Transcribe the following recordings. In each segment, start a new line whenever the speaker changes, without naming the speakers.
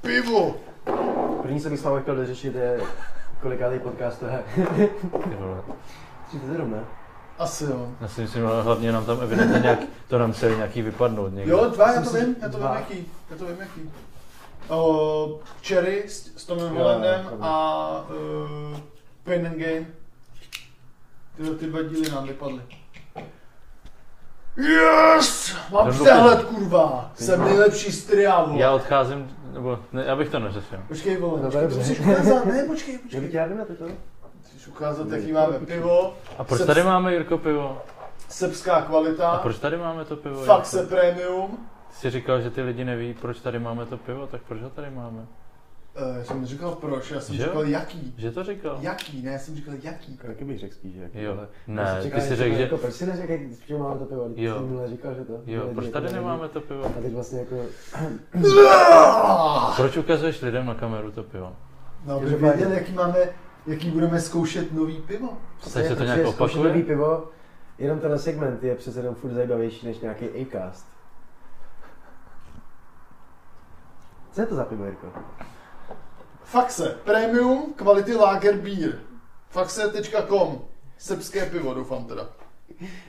pivo!
První, co bych s vámi chtěl dořešit, je kolikátý podcast to je.
Ty vole.
37, ne?
Asi no. jo.
Já si myslím, ale hlavně nám tam evidentně nějak, to nám se nějaký vypadnout někde.
Jo, dva, já
Jsem
to
si-
vím, já to vím
dva.
jaký, já to vím jaký. Uh, Cherry s, s Tomem
Jo,
Hollandem
to vím.
a uh, Pain and Gain. Tyhle ty dva díly nám vypadly. Yes! Mám
Ten
přehled, kurva!
Ty
Jsem
má-
nejlepší z triá, vole.
Já odcházím, nebo ne, já bych to neřešil.
Počkej,
No,
vole, počkej, to
dobře.
musíš ukázat, ne, počkej,
Já bych
počkej.
tě já vím na to, to.
Musíš ukázat, jaký máme pivo,
A proč
Jsem-
tady máme, Jirko, pivo?
srbská
A
kvalita,
proč tady máme to pivo? Jirko?
fakt se premium.
Ty jsi říkal, že ty lidi neví, proč tady máme to pivo, tak proč ho tady máme?
Eh, Já jsem neříkal proč, já jsem
Že jo?
říkal jaký.
Že to říkal?
Jaký, ne, já jsem říkal jaký.
Taky bych řekl spíš, jako jak.
Jo,
ale- Já
ne,
jsem
ty
čekal,
jsi
že
řekl,
to
že...
Jako, proč si neřekl, že máme to pivo? Ty
Jo.
jsi minule říkal, že to.
Jo,
Lidi
proč
jako
tady
neví.
nemáme to pivo?
A teď vlastně jako,
Proč ukazuješ lidem na kameru to pivo?
No, aby
Každopádně-
věděl, jaký máme, jaký budeme zkoušet nový pivo.
Tady se to
protože
nějak
zkoušet
opakuje?
nový pivo, jenom tenhle segment je přece jenom furt zajímavější než nějaký Acast. Co je to za pivo, Jirko?
Faxe, premium quality lager beer. Faxe.com, srbské pivo, doufám teda.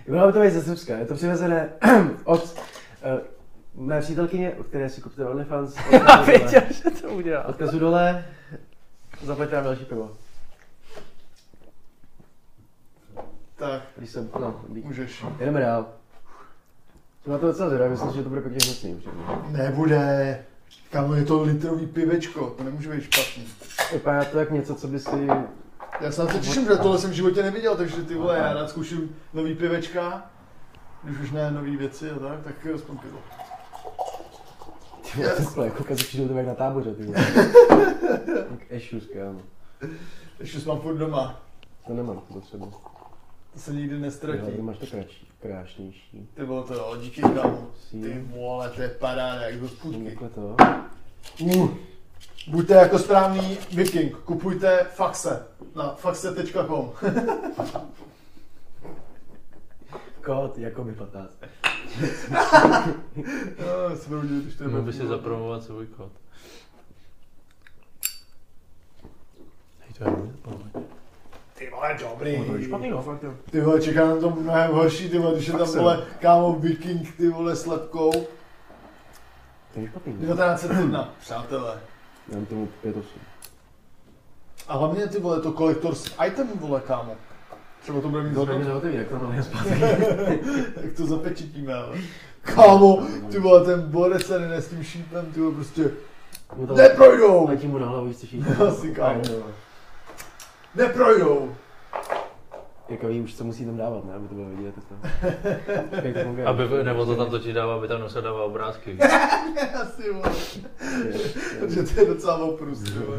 Bylo by to být ze Srbska, je to přivezené od uh, mé přítelkyně, od které si kupte OnlyFans. Odkazu dole.
že to udělal.
Odkazu dole, zaplaťte nám další pivo.
Tak,
Když jsem, no, dík.
můžeš.
Jdeme dál. Jsem na to docela zvědavý, myslím, že to bude pěkně hnusný už. jednou.
Nebude. Kámo, je to litrový pivečko, to nemůže být špatný.
Vypadá to jak něco, co by si...
Já se na to těším, protože tohle jsem v životě neviděl, takže ty vole, já rád zkouším nový pivečka. Když už ne nový věci a tak, tak aspoň pivo.
Ty vole, to skvěle, jako kazu přijdu to jak na táboře, ty vole. Jak issues, kámo.
Ještě jsem mám furt doma,
To nemám, to potřebu.
to se nikdy
Ty
nestratí.
máš to kratší, krášnější.
Ty vole, to jo, díky kámo.
Síl.
Ty vole, to je paráda, jak do
Mám
spůdky.
Takhle to.
Uh, buďte jako správný viking, kupujte faxe na faxe.com.
Kód, jako by 15.
Já se budu dívat, když to je
Mohl by
dobrý.
si zapromovat svůj kód. Hej, to je dobrý, podle mě.
Ty vole, dobrý.
To je špatný, no, fakt jo.
Ty vole, čeká na to mnohem horší, ty vole, když je tam,
Faxe.
vole, kámo, viking, ty vole, s lepkou.
To je špatný, no.
1901, přátelé.
Já mám tomu 5-8.
A hlavně ty vole, to kolektor s item, vole, kámo. Třeba to bude mít
To není
hodnotu.
zahotový, jak to mám zpátky.
Jak to zapečetíme, ale. Kámo, ty vole, ten Borec se jde s tím šípem, ty vole, prostě
Mu to
neprojdou.
letí mu na hlavu, jistě šíš.
Asi, kámo. Neprojdou.
Jako ví už, co musí tam dávat, ne? Aby to bylo vidět. To. Počkej, to funguje.
Aby, nebo to tam totiž dává, aby tam nosil dává obrázky. víš?
Asi, vole.
Je,
Takže
je.
to je docela oprus, ty vole.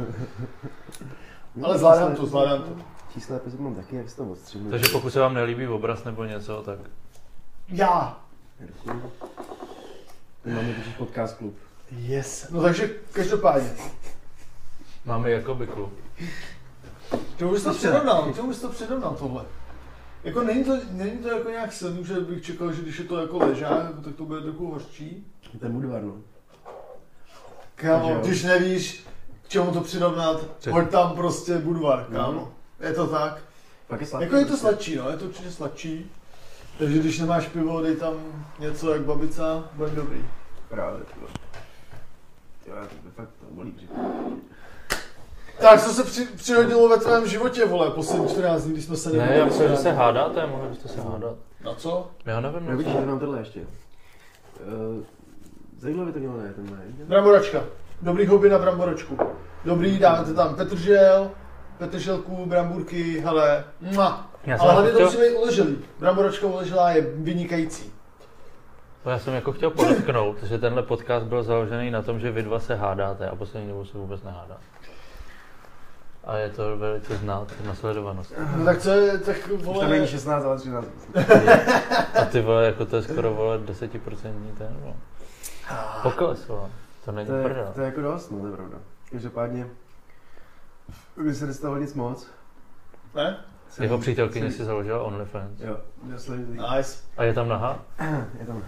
No,
Ale zvládám
čísla-
to, zvládám to.
Čísla epizodu mám taky, jak se to odstřihnu.
Takže pokud se vám nelíbí obraz nebo něco, tak
Já.
Máme totiž podcast klub.
Yes. No takže každopádně.
máme jako Jakoby klub.
Ty už jsi to předomnal, ty už jsi to předomnal tohle. Jako není to, není to jako nějak silný, že bych čekal, že když je to jako ležák, jako tak to bude trochu horší.
To je Budvar, no. Takže
Kámo,
jo.
když nevíš, k čemu to přirovnat,
Přes-
hoď tam prostě budvar, kámo.
Mhm.
Je to tak.
Pak je sladký. prostě.
Jako je to sladší, no, je to určitě sladší. Takže když nemáš pivo, dej tam něco jak babica, bude dobrý.
Právě, ty vole. Ty vole, to je fakt to bolí břicho.
No, Tak, co se při, přihodilo ve tvém životě, vole, poslední 14 dní, když jsme se
Ne, já myslím, že se
na-
hádáte, mohli byste se hádat.
Na co?
No. Já nevím,
No vidíš,
no.
tady mám tohle ještě. Eh, Zajímavé by to mělo, ne, ten ne?
Bramboračka. Dobrý hobby na bramboračku. Dobrý, dáme to tam petržel, petrželku, bramburky, hele, mma.
já jsem,
Ale hlavně
jako
to
chtěl,
musí být uleželý. Bramboračka uleželá je vynikající.
já jsem jako chtěl podotknout, že tenhle podcast byl založený na tom, že vy dva se hádáte a poslední dobou se vůbec nehádá. A je to velice znát na sledovanost.
No tak co je, tak
Už tam není
vole,
16, ale 13.
A ty vole, jako to je skoro vole 10% ten, no. Pokles, vole. To není
To je,
prdel.
to je jako dost, no, to je pravda. Každopádně, by se nestalo nic moc.
ne?
Jsem-
Jeho přítelkyně
jsem-
si založila OnlyFans.
Jo, já jsem
Nice.
A je tam nahá?
Je tam.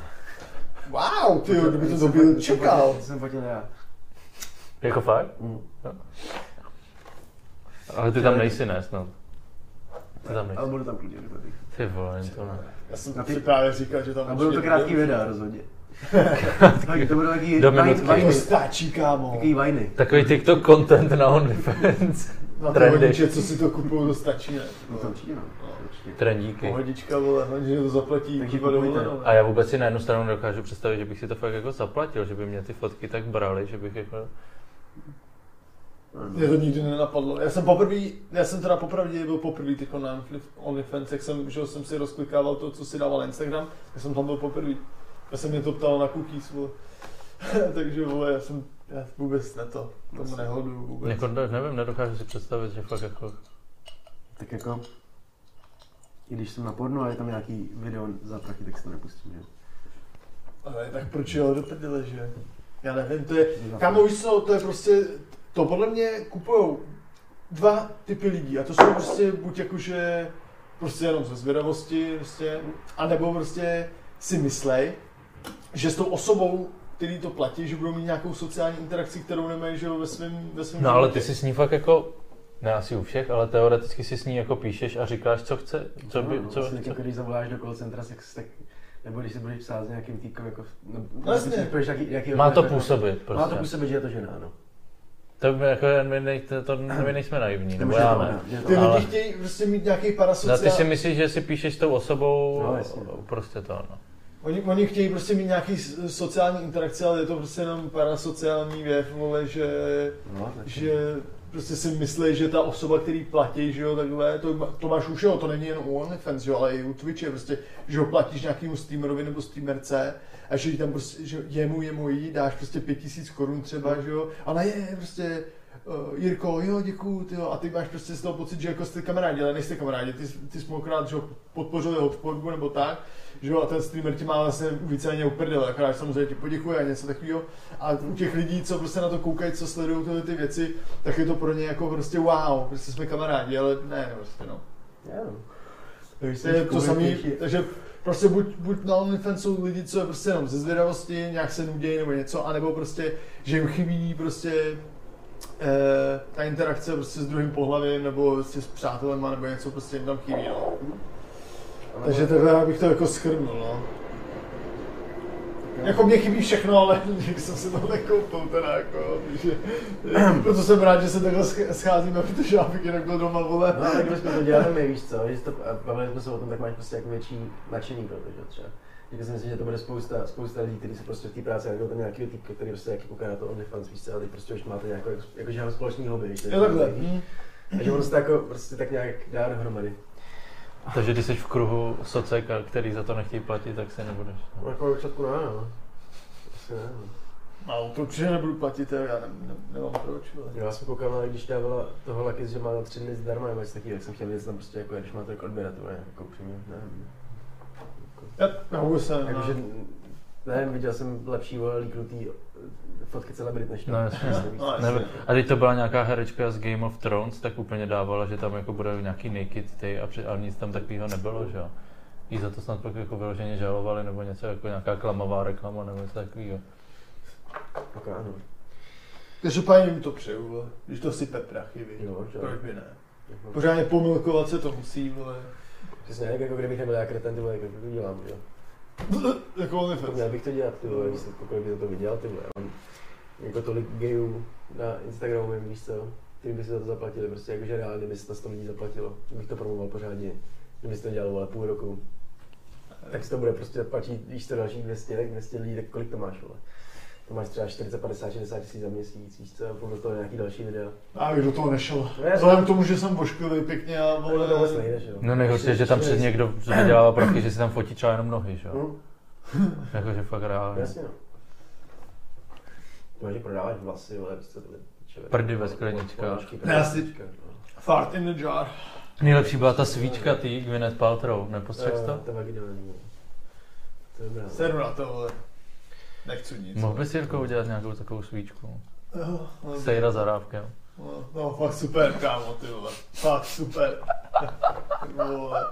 Wow, ty jo, kdyby to
jsem
dobrý
fakt-
čekal.
To jsem fotil já.
Jako fakt?
Mm.
Ale ty tam nejsi, ne, snad. Ty tam
Ale
nejsi.
budu tam klidně dobrý.
Ty vole, jen to ne.
Já
A
jsem
ty-
si právě říkal, že tam
A budou to
určitě
krátký
bude-
videa rozhodně. tak to budou taky
Do
vajny,
minutky.
To
vajny,
stačí, kámo.
takový vajny.
Takový TikTok content na OnlyFans.
Na ty
trendy.
hodiče, co si to kupují, to stačí, ne?
No to určitě no, to určitě.
Trendíky.
Pohodička, vole, hlavně, že to zaplatí.
Takže
kurva,
kupujte.
dovolenou.
A já vůbec si na jednu stranu nedokážu představit, že bych si to fakt jako zaplatil, že by mě ty fotky tak brali, že bych jako...
Mě to nikdy nenapadlo. Já jsem poprvé, já jsem teda popravdě byl poprvé teď na Onlyf- OnlyFans, jak jsem, že jo, jsem si rozklikával to, co si dával na Instagram, já jsem tam byl poprvé. Já jsem mě to ptal na cookies, vole. Takže vole, já jsem já vůbec ne to, tomu
Jasně.
nehodu vůbec.
Jako, ne- nevím, nedokážu si představit, že fakt jako...
Tak jako, i když jsem na porno a je tam nějaký video za prachy, tak si to nepustím, že? jo.
Ale tak proč jo, do prdele, že? Já nevím, to je,
Za
Kámo, víš co, to je prostě, to podle mě kupujou dva typy lidí a to jsou prostě buď jakože prostě jenom ze zvědavosti, prostě, anebo prostě si myslej, že s tou osobou, který to platí, že budou mít nějakou sociální interakci, kterou nemají, že jo, ve svém ve svém
No ale ty
životě.
si s ní fakt jako... Ne asi u všech, ale teoreticky si s ní jako píšeš a říkáš, co chce, co by,
No,
co,
vlastně,
co
jako, když zavoláš do call centra, tak, tak nebo když si budeš psát s nějakým týkem, jako, nebo
Vlastně.
když si budeš jaký, jaký
Má to
jako-
působit,
Má to
prostě.
působit, že je to žena, no.
To by jako, my, nej, to, to, my nejsme naivní, nebo
že je
já
to
ne.
ona, že je to
Ty
ona.
ale-
lidi chtějí prostě mít nějaký
No, ty si
parasociální,
myslíš, že si píšeš s tou osobou,
No, jasně.
prostě to, no.
oni, oni chtějí prostě mít nějaký s- sociální interakce, ale je to prostě jenom parasociální věv, vole, že
No, tak-
že prostě si myslí, že ta osoba, který platí, že jo, takhle, to, ma- to máš už, jo, to není jen u OnlyFans, jo, ale i u Twitche, prostě, že ho platíš nějakému streamerovi nebo streamerce a že jí tam prostě, že jemu, jemu jí dáš prostě pět tisíc korun třeba, že jo, a ona je prostě, uh, Jirko, jo, děkuju, ty jo, a ty máš prostě z toho pocit, že jako jste kamarádi, ale nejste kamarádi, ty, ty jsi mnohokrát, že jo, podpořil jeho tvorbu nebo tak, že jo, a ten streamer ti má vlastně víceméně uprdel, akorát samozřejmě ti poděkuje a něco takového. A u těch lidí, co prostě na to koukají, co sledují tyhle ty věci, tak je to pro ně jako prostě wow, prostě jsme kamarádi, ale ne, no, prostě no.
Já, no.
To je to samý, takže prostě buď, buď na OnlyFans jsou lidi, co je prostě jenom ze zvědavosti, nějak se nudějí nebo něco, anebo prostě, že jim chybí prostě eh, ta interakce prostě s druhým pohlavím nebo prostě s přátelema nebo něco prostě jim tam chybí, no. Takže takhle já bych to jako schrnul, no. Jako mě chybí všechno, ale nikdy jsem si to nekoupil teda jako, takže, proto jsem rád, že se takhle sch- scházíme, protože já bych jinak byl doma, vole.
No, tak jsme to dělali my, víš co, že to, a bavili jsme se o tom, tak máš prostě jako větší nadšení pro to, že jo, třeba. Říkal jsem si, že to bude spousta, spousta lidí, kteří se prostě v té práci jako ten nějaký typ, který prostě taky kouká na to OnlyFans, víš co, ale teď prostě už máte nějakou, jako, jako že mám společný hobby, víš co,
Jo takhle.
takový.
Hm.
Takže ono se to jako prostě tak nějak dá dohromady.
Takže ty jsi v kruhu soceka, který za to nechtějí platit, tak se nebudeš.
No,
No.
jako na začátku ne, no. Asi ne, no.
No, to určitě nebudu platit, já ne, ne, nemám proč, ale.
Já jsem koukal, ale když dávala toho Lakis, že má na tři dny zdarma, nebo něco takového, tak jsem chtěl vědět, tam prostě jako, když má to jako odběrat, to je jako přímě, nevím.
Já, já vůbec se nemám.
Jakože, nevím, viděl jsem lepší vole líknutý eh, fotky celebrit než to.
No, jasně.
No, jasně.
Nevím. A teď to byla nějaká herečka z Game of Thrones, tak úplně dávala, že tam jako bude nějaký naked ty a, při, a nic tam takového nebylo, že jo. Jí za to snad pak jako vyloženě žalovali, nebo něco jako nějaká klamová reklama, nebo něco takového.
Tak ano.
Každopádně jim to přeju, vole. Když to si peprachy, víš.
Jo, že jo.
Proč by ne?
Jako-
Pořádně pomilkovat se to musí, vole.
Přesně, jak jako kdybych nebyl já kreten, ty vole, jako to dělám, jo.
Jako
To
OnlyFans.
měl bych to dělat, ty vole, výsledku, kolik by za to vydělal, ty vole. Mám jako tolik gayů na Instagramu, vím, víš co, kterým by si za to zaplatili, prostě jakože reálně by se to 100 lidí zaplatilo, kdybych to promoval pořádně, kdyby se to dělalo, vole, půl roku. Tak se to bude prostě platit, víš to dalších 200, tak 200 lidí, tak kolik to máš, vole. To máš třeba 40, 50, 60 tisíc za měsíc, víš co, a podle toho nějaký další videa.
Já bych do toho nešel.
No, já-
Vzhledem k tomu, že jsem vošklivý pěkně a
Ale to vůbec
vole.
nejde, že jo.
No nejhorší je, že tam před někdo vydělává prachy, že si tam fotí třeba jenom nohy, že jo.
Hm?
Jakože fakt reálně.
Jasně no. To máš prodávat vlasy, vole, prostě tyhle čeve.
Prdy ve skleničkách.
Ne, já si- Fart in the jar.
Nejlepší byla ta svíčka ty Gwyneth Paltrow, nepostřehl jsi
Eh, to?
to?
To je geniální. To je dobrá.
Seru na to, vole. Nechci nic.
No.
Mohl bys Jirko udělat nějakou takovou svíčku?
Jo, no,
Sejra za rávkem.
no, No, fakt super, kámo, ty vole. Fakt super. Ty Vole.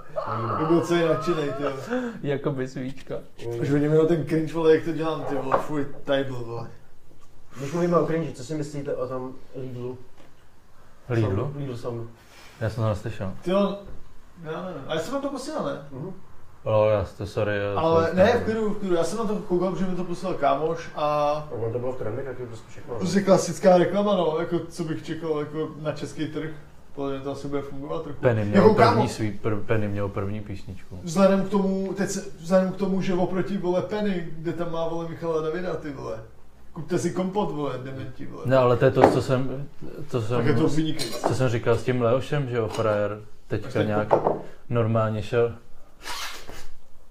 By byl celý nadšenej, ty vole.
Jakoby svíčka.
no, Už vidím jenom ten cringe, vole, jak to dělám, ty vole, fuj, tady byl, vole.
Když mluvíme o cringe, co si myslíte o tom Lidlu?
Lidlu?
Sound- Lidl soundu.
Já jsem to neslyšel.
Ty jo, já nevím, ale já jsem vám to posílal, ne?
Mhm.
Ale já to sorry. já
Ale
to-
ne, v klidu, v klidu, já jsem na to koukal, protože mi to poslal kámoš a
A ono to bylo v trendech, tak je prostě všechno.
prostě klasická reklama, no, jako co bych čekal jako na český trh, podle mě to asi bude fungovat trochu.
Penny měl
Jako kámo.
první svý, pr, Penny měl první písničku.
Vzhledem k tomu, teď, se- vzhledem k tomu, že oproti vole Penny, kde tam má vole Michala Davida, ty vole. Kupte si kompot, vole, dementi, vole.
Ne, ale to je to, co jsem, to
tak je
jsem,
to vynikající.
co jsem říkal s tím Leošem, že jo, frajer teďka nějak normálně šel,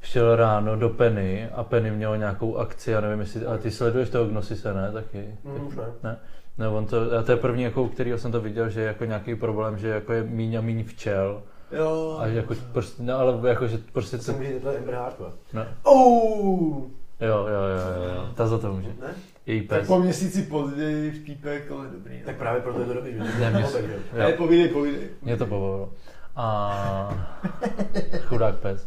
šel ráno do Penny a Penny měl nějakou akci, já nevím jestli, a ty sleduješ toho Gnosise, ne, taky?
Mhm, Už ne.
Ne, on to, a to je první, jako, u kterého jsem to viděl, že je jako nějaký problém, že jako je míň a míň včel.
Jo.
A že jako prostě, no ale jako, že prostě
To
to,
jsem když to je Amber Hart, ne?
ne,
Oh!
jo, jo, jo, jo, jo, ta za to může,
Ne?
její
tak
pes.
po měsíci později vtípek, ale dobrý. no.
Tak právě proto je to dobrý, že to
Ne,
bylo
mě
tak,
se-
že jo.
Ne,
Jo.
povídej, povídej.
Mě to pobavilo. A chudák pes.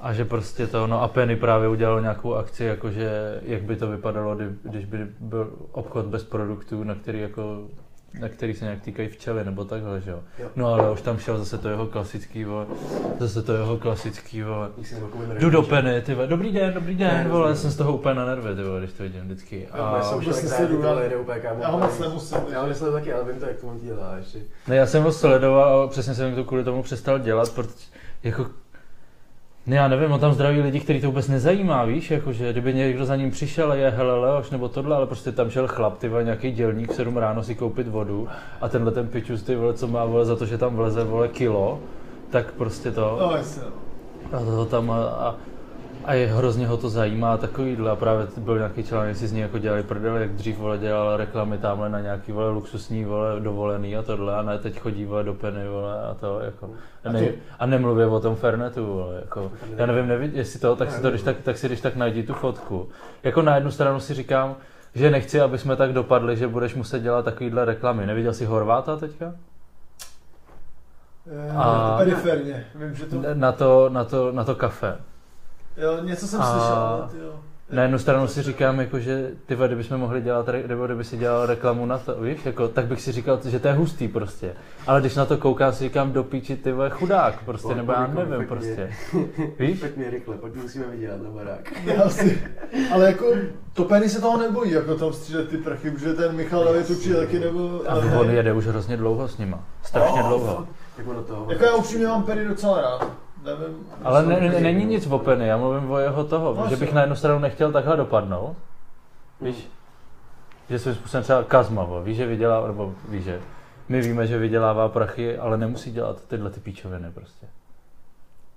A že prostě to, no a Penny právě udělal nějakou akci, jakože jak by to vypadalo, kdy- když by byl obchod bez produktů, na který jako na který se nějak týkají včely nebo takhle, že jo.
Jo.
No ale už tam šel zase to jeho klasický, vole, zase to jeho klasický, vole.
Jak si zmakuju na
Jdu do
rybníček.
Penny, ty vole. Dobrý den, dobrý den,
Ne,
vole,
rozumím.
jsem z toho úplně na nervy, ty vole, když to vidím vždycky.
Já
A...
jsem už
Prostě
tak
se
rád,
jdu na-
tohle jde úplně kámo.
Já ho moc nemusím.
Vlastně Já ho nesledu taky, ale vím to, jak to on dělá ještě.
Ne, já jsem ho sledoval a přesně jsem to kvůli tomu přestal dělat, protože jako... Ne, já nevím, on tam zdraví lidi, který to vůbec nezajímá, víš, jakože kdyby někdo za ním přišel a je hele Leoš nebo tohle, ale prostě tam šel chlap, ty vole, nějaký dělník v 7 ráno si koupit vodu a tenhle ten pičus, ty vole, co má, vole, za to, že tam vleze, vole, kilo, tak prostě to...
No, jasně, no.
A toho tam a, a, a je, hrozně ho to zajímá a takovýhle. A právě t- byl nějaký článek, si z ní jako dělali prdel, jak dřív vole dělal reklamy tamhle na nějaký vole luxusní vole dovolený a tohle a ne teď chodí vole do peny vole a to jako. A, ne,
to-
a nemluvě o tom Fernetu vole jako. Já nevím, nevid, jestli to, tak si to když tak, tak si když tak najdi tu fotku. Jako na jednu stranu si říkám, že nechci, aby jsme tak dopadli, že budeš muset dělat takovýhle reklamy. Neviděl jsi Horváta teďka?
Eh,
A-
Periferně, vím, že to...
Na to, na to, na to kafe.
Jo, něco jsem
A-
slyšel, ale ty jo.
Na jednu stranu si říkám, jako, že ty vole, kdybychom mohli dělat, re- nebo kdyby si dělal reklamu na to, víš, jako, tak bych si říkal, že to je hustý prostě. Ale když na to koukám, si říkám, do píči, ty vole, chudák prostě, nebo já
jako
nevím prostě. Víš?
Pojď mi rychle, pojď musíme vydělat na barák.
Já si, ale jako to Penny se toho nebojí, jako tam střílet ty prachy, protože ten Michal David určitě taky nebyl.
no. A
ale-
on jede už hrozně dlouho s nima. Strašně dlouho.
Jako do toho.
Jako já upřímně mám Penny docela rád. Nevím.
Ale ne,
jsem-
ne, není nic o Penny, já mluvím o jeho toho,
No,
že bych
asi.
na jednu stranu nechtěl takhle dopadnout,
Víš,
že svým způsobem třeba Kazmavo, víš, že vydělá, nebo víš, že my víme, že vydělává prachy, ale nemusí dělat tyhle ty píčoviny prostě.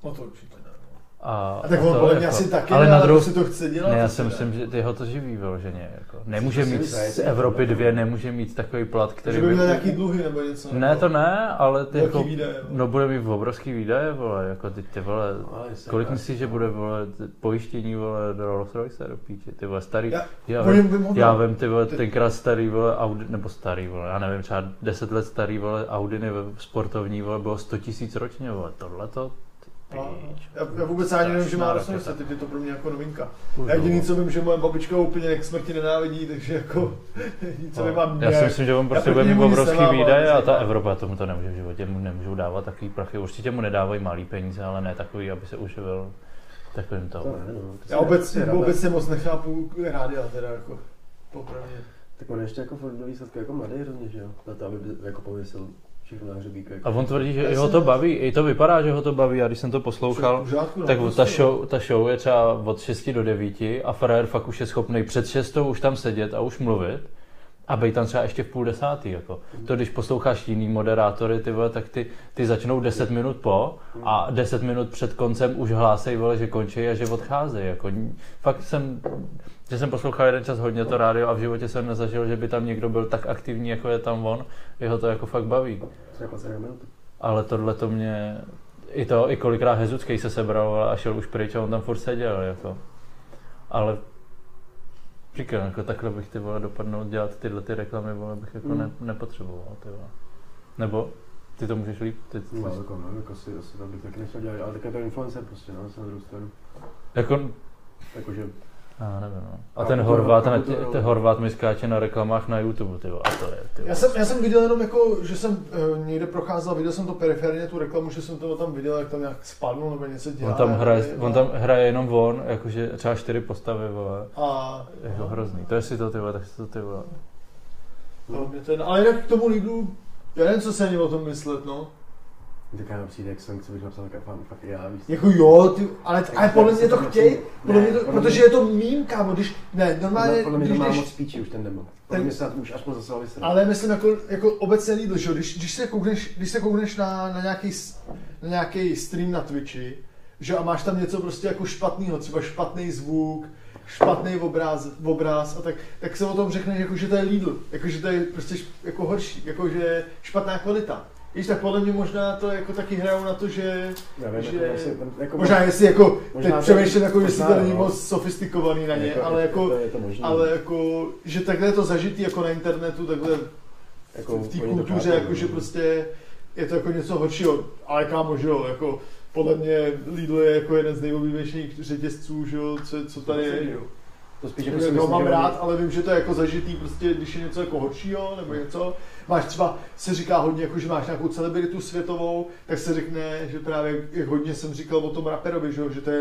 No to určitě ne. no.
A,
A tak
to
on podle mě
jako-
asi taky
ale
ne,
na
ale
druhou
si to chce dělat.
Ne, já
asi
si
ne.
myslím, že ty ho to živí vyloženě. Jako. Nemůže
si
mít
myslíš,
z
že je to
Evropy
tak?
dvě, nemůže mít takový plat, který
Že by
by...
měl nějaký dluhy nebo něco.
Ne, to ne, ale ty
Velký
jako...
výdaje. jo.
No bude mít obrovský výdaje, vole, jako ty, ty vole,
No, ale jestli-
kolik myslíš, že bude, vole, t- pojištění, vole, do Rolls Royce, do píči, ty vole, starý,
Já-
no, já,
Oni
vím,
by mohli-
já vím, ty vole, tenkrát starý, vole, Audi, nebo starý, vole, já nevím, třeba 10 let starý, vole, Audi nebo sportovní, vole, bylo 100 tisíc ročně, vole, tohle to, ty
No, no.
píč,
Já, já vůbec ani nevím, že má
strašná
rosnice,
raketa.
teď je to pro mě jako novinka. Já
Kurva.
jediný, co vím, že moje babička úplně jak smrti nenávidí, takže jako nic
No,
mi mám
Já si myslím, že on prostě
Já
bude
proti
mít
němu nic
obrovský
nemám,
výdaje
ale
a ta
zajímá.
Evropa tomu to nemůže v životě, mu nemůžou dávat takový prachy. Určitě mu nedávají malý peníze, ale ne takový, aby se uživil takovým
To
to.
ne, no. to
Já
si-
vůbec,
si ráda.
vůbec se moc nechápu rádia teda jako. Popravdě.
Tak on je ještě jako furt do výsledku jako mladý hrozně, že jo? Na to, aby jako pověsil všechno na hřebík.
A
Jako.
on tvrdí, že
Já
i ho
jsem-
to baví, i to vypadá, že ho to baví a když jsem to poslouchal,
V pořádku, no,
tak
prostě,
ta
no.
show, ta show je třeba od 6 do 9 a frajer fakt už je schopný před 6 už tam sedět a už mluvit a bej tam třeba ještě v půl desátý. Jako. To když posloucháš jiný moderátory, ty vole, tak ty, ty začnou 10 minut po a 10 minut před koncem už hlásej, vole, že končí a že odcházejí. Jako. Fakt jsem, že jsem poslouchal jeden čas hodně to rádio a v životě jsem nezažil, že by tam někdo byl tak aktivní, jako je tam on. Jeho to jako fakt baví.
Třeba 20 minut.
Ale tohle to mě... I to, i kolikrát Hezucký se sebral a šel už pryč a on tam furt seděl, jako. Ale říkám, jako takhle bych ty vole dopadnout, dělat tyhle ty reklamy, vole, bych jako
Mm.
ne, nepotřeboval, ty vole. Nebo ty to můžeš líp, ty, ty,
No, jako, no, jako si asi to bych taky nechtěl dělat, ale tak je to influencer prostě, no, se na druhou stranu.
jako,
Jakože,
Já nevím, no. A
A
ten
to-
Horvát,
to-
na,
to-
ten Horvát mi skáče na reklamách na YouTube, ty vole. a to je, ty vole.
Já jsem, já jsem viděl jenom jako, že jsem eh, někde procházel, viděl jsem to periferně, tu reklamu, že jsem to tam viděl, jak tam nějak spadnul nebo něco dělá.
On tam, hraje,
nevím,
on
a-
tam hraje jenom on, jakože třeba čtyři postavy, vole.
A
Je to hrozný. To jestli to ty vole, tak si to ty vole.
to No, mě ten, ale jinak k tomu Lidlu, já nevím, co se ani o tom myslet, no.
Tak já přijde, jak jsem, co bych napsal, tak fakt, fakt já víš.
Jako jo, ty, ale, ale
Jako
podle mě to chtějí, podle
Ne,
mě to,
podle mě-
protože je to mím, kámo, když, ne,
Podle-
normálně,
Podle mě to
když,
má
když,
moc píči už ten demo. Podle
Ten-
mě se na to už aspoň zase vysrat.
Ale myslím jako, jako obecně Lidl, že? jo, Když, když, se koukneš, když se koukneš na, na, nějaký, s- na nějaký stream na Twitchi, že jo, a máš tam něco prostě jako špatného, třeba špatný zvuk, špatný obráz, obráz a tak, tak se o tom řekne, jako, že to je Lidl, jako, že to je prostě š- jako horší, jako, že špatná kvalita. Víš, tak podle mě možná to jako taky hrajou na to, že
Já vím,
že-
jako, jestli- jako,
možná jestli jako,
možná
teď
to-
přemýšlím jako, jestli
možná
to
jo,
není
no.
moc sofistikovaný na ně, ale jako,
je to, je to možný.
ale jako, že takhle je to zažitý jako na internetu, takhle
Jako
v té
oni to
kultuře,
chápou,
jako, že
no.
prostě je to jako něco horšího, ale kámo, že jo, jako podle mě Lidl je jako jeden z nejoblíbenějších řetězců, že jo, co, co tady je, že jo.
To spíš jako si
Jako, ho
myslím,
mám
že
rád, ale vím, že to je jako zažitý, prostě když je něco jako horšího, nebo něco, máš třeba, se říká hodně, jako, že máš nějakou celebritu světovou, tak se řekne, že právě jak hodně jsem říkal o tom raperovi, že, jo, že to je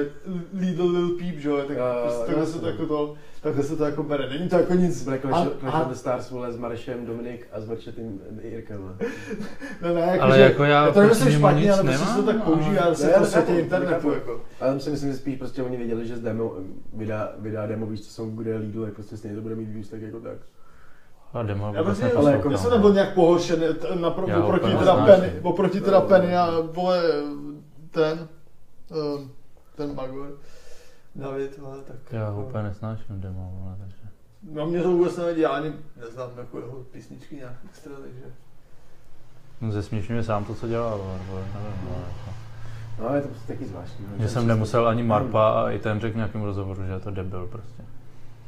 Lidl Lil Peep, že jo, tak
Jo, jo,
prostě takhle se
jasně.
to jako to, takhle se to jako bere, není to jako nic,
Black
A-
Clash, Clash
a-
of the Stars, vole, s Marešem, Dominik a s Marčetým Jirkem.
ne, ne, jako,
Ale
že,
jako já
to
proti
nemyslím
němu nic
špatně, ale myslím, že to
nemám, no.
tak používá,
ale-
ale se
Ne,
to
ale
světě
chápu,
internetu,
chápu.
jako.
A tam si myslím, že spíš prostě oni věděli, že z demo vydá, vydá demo, víš, co jsou, kde je Lidl, jak prostě stejně to bude mít views, tak jako tak.
A demo
Já,
vůbec
prostě,
neposlouchám.
ale jako, já jsem tam byl nějak pohoršený, t- napro,
Já ho
oproti,
úplně
teda
nesnáším.
Penny, oproti teda
No.
Penny a vole ten, ehm, ten Magor. David, ale tak...
Já ho
jako-
úplně nesnáším demo, vole, takže.
No mě to vůbec nevadí, já ani neznám jako jeho písničky nějak extra, takže...
No, Zesměšňuje sám to, co dělá, vole, vole, nevím, vole, jako.
No, je to prostě taky zvláštní. no.
Že jsem nemusel ani Marpa a i ten řekl v nějakém rozhovoru, že je to debil prostě.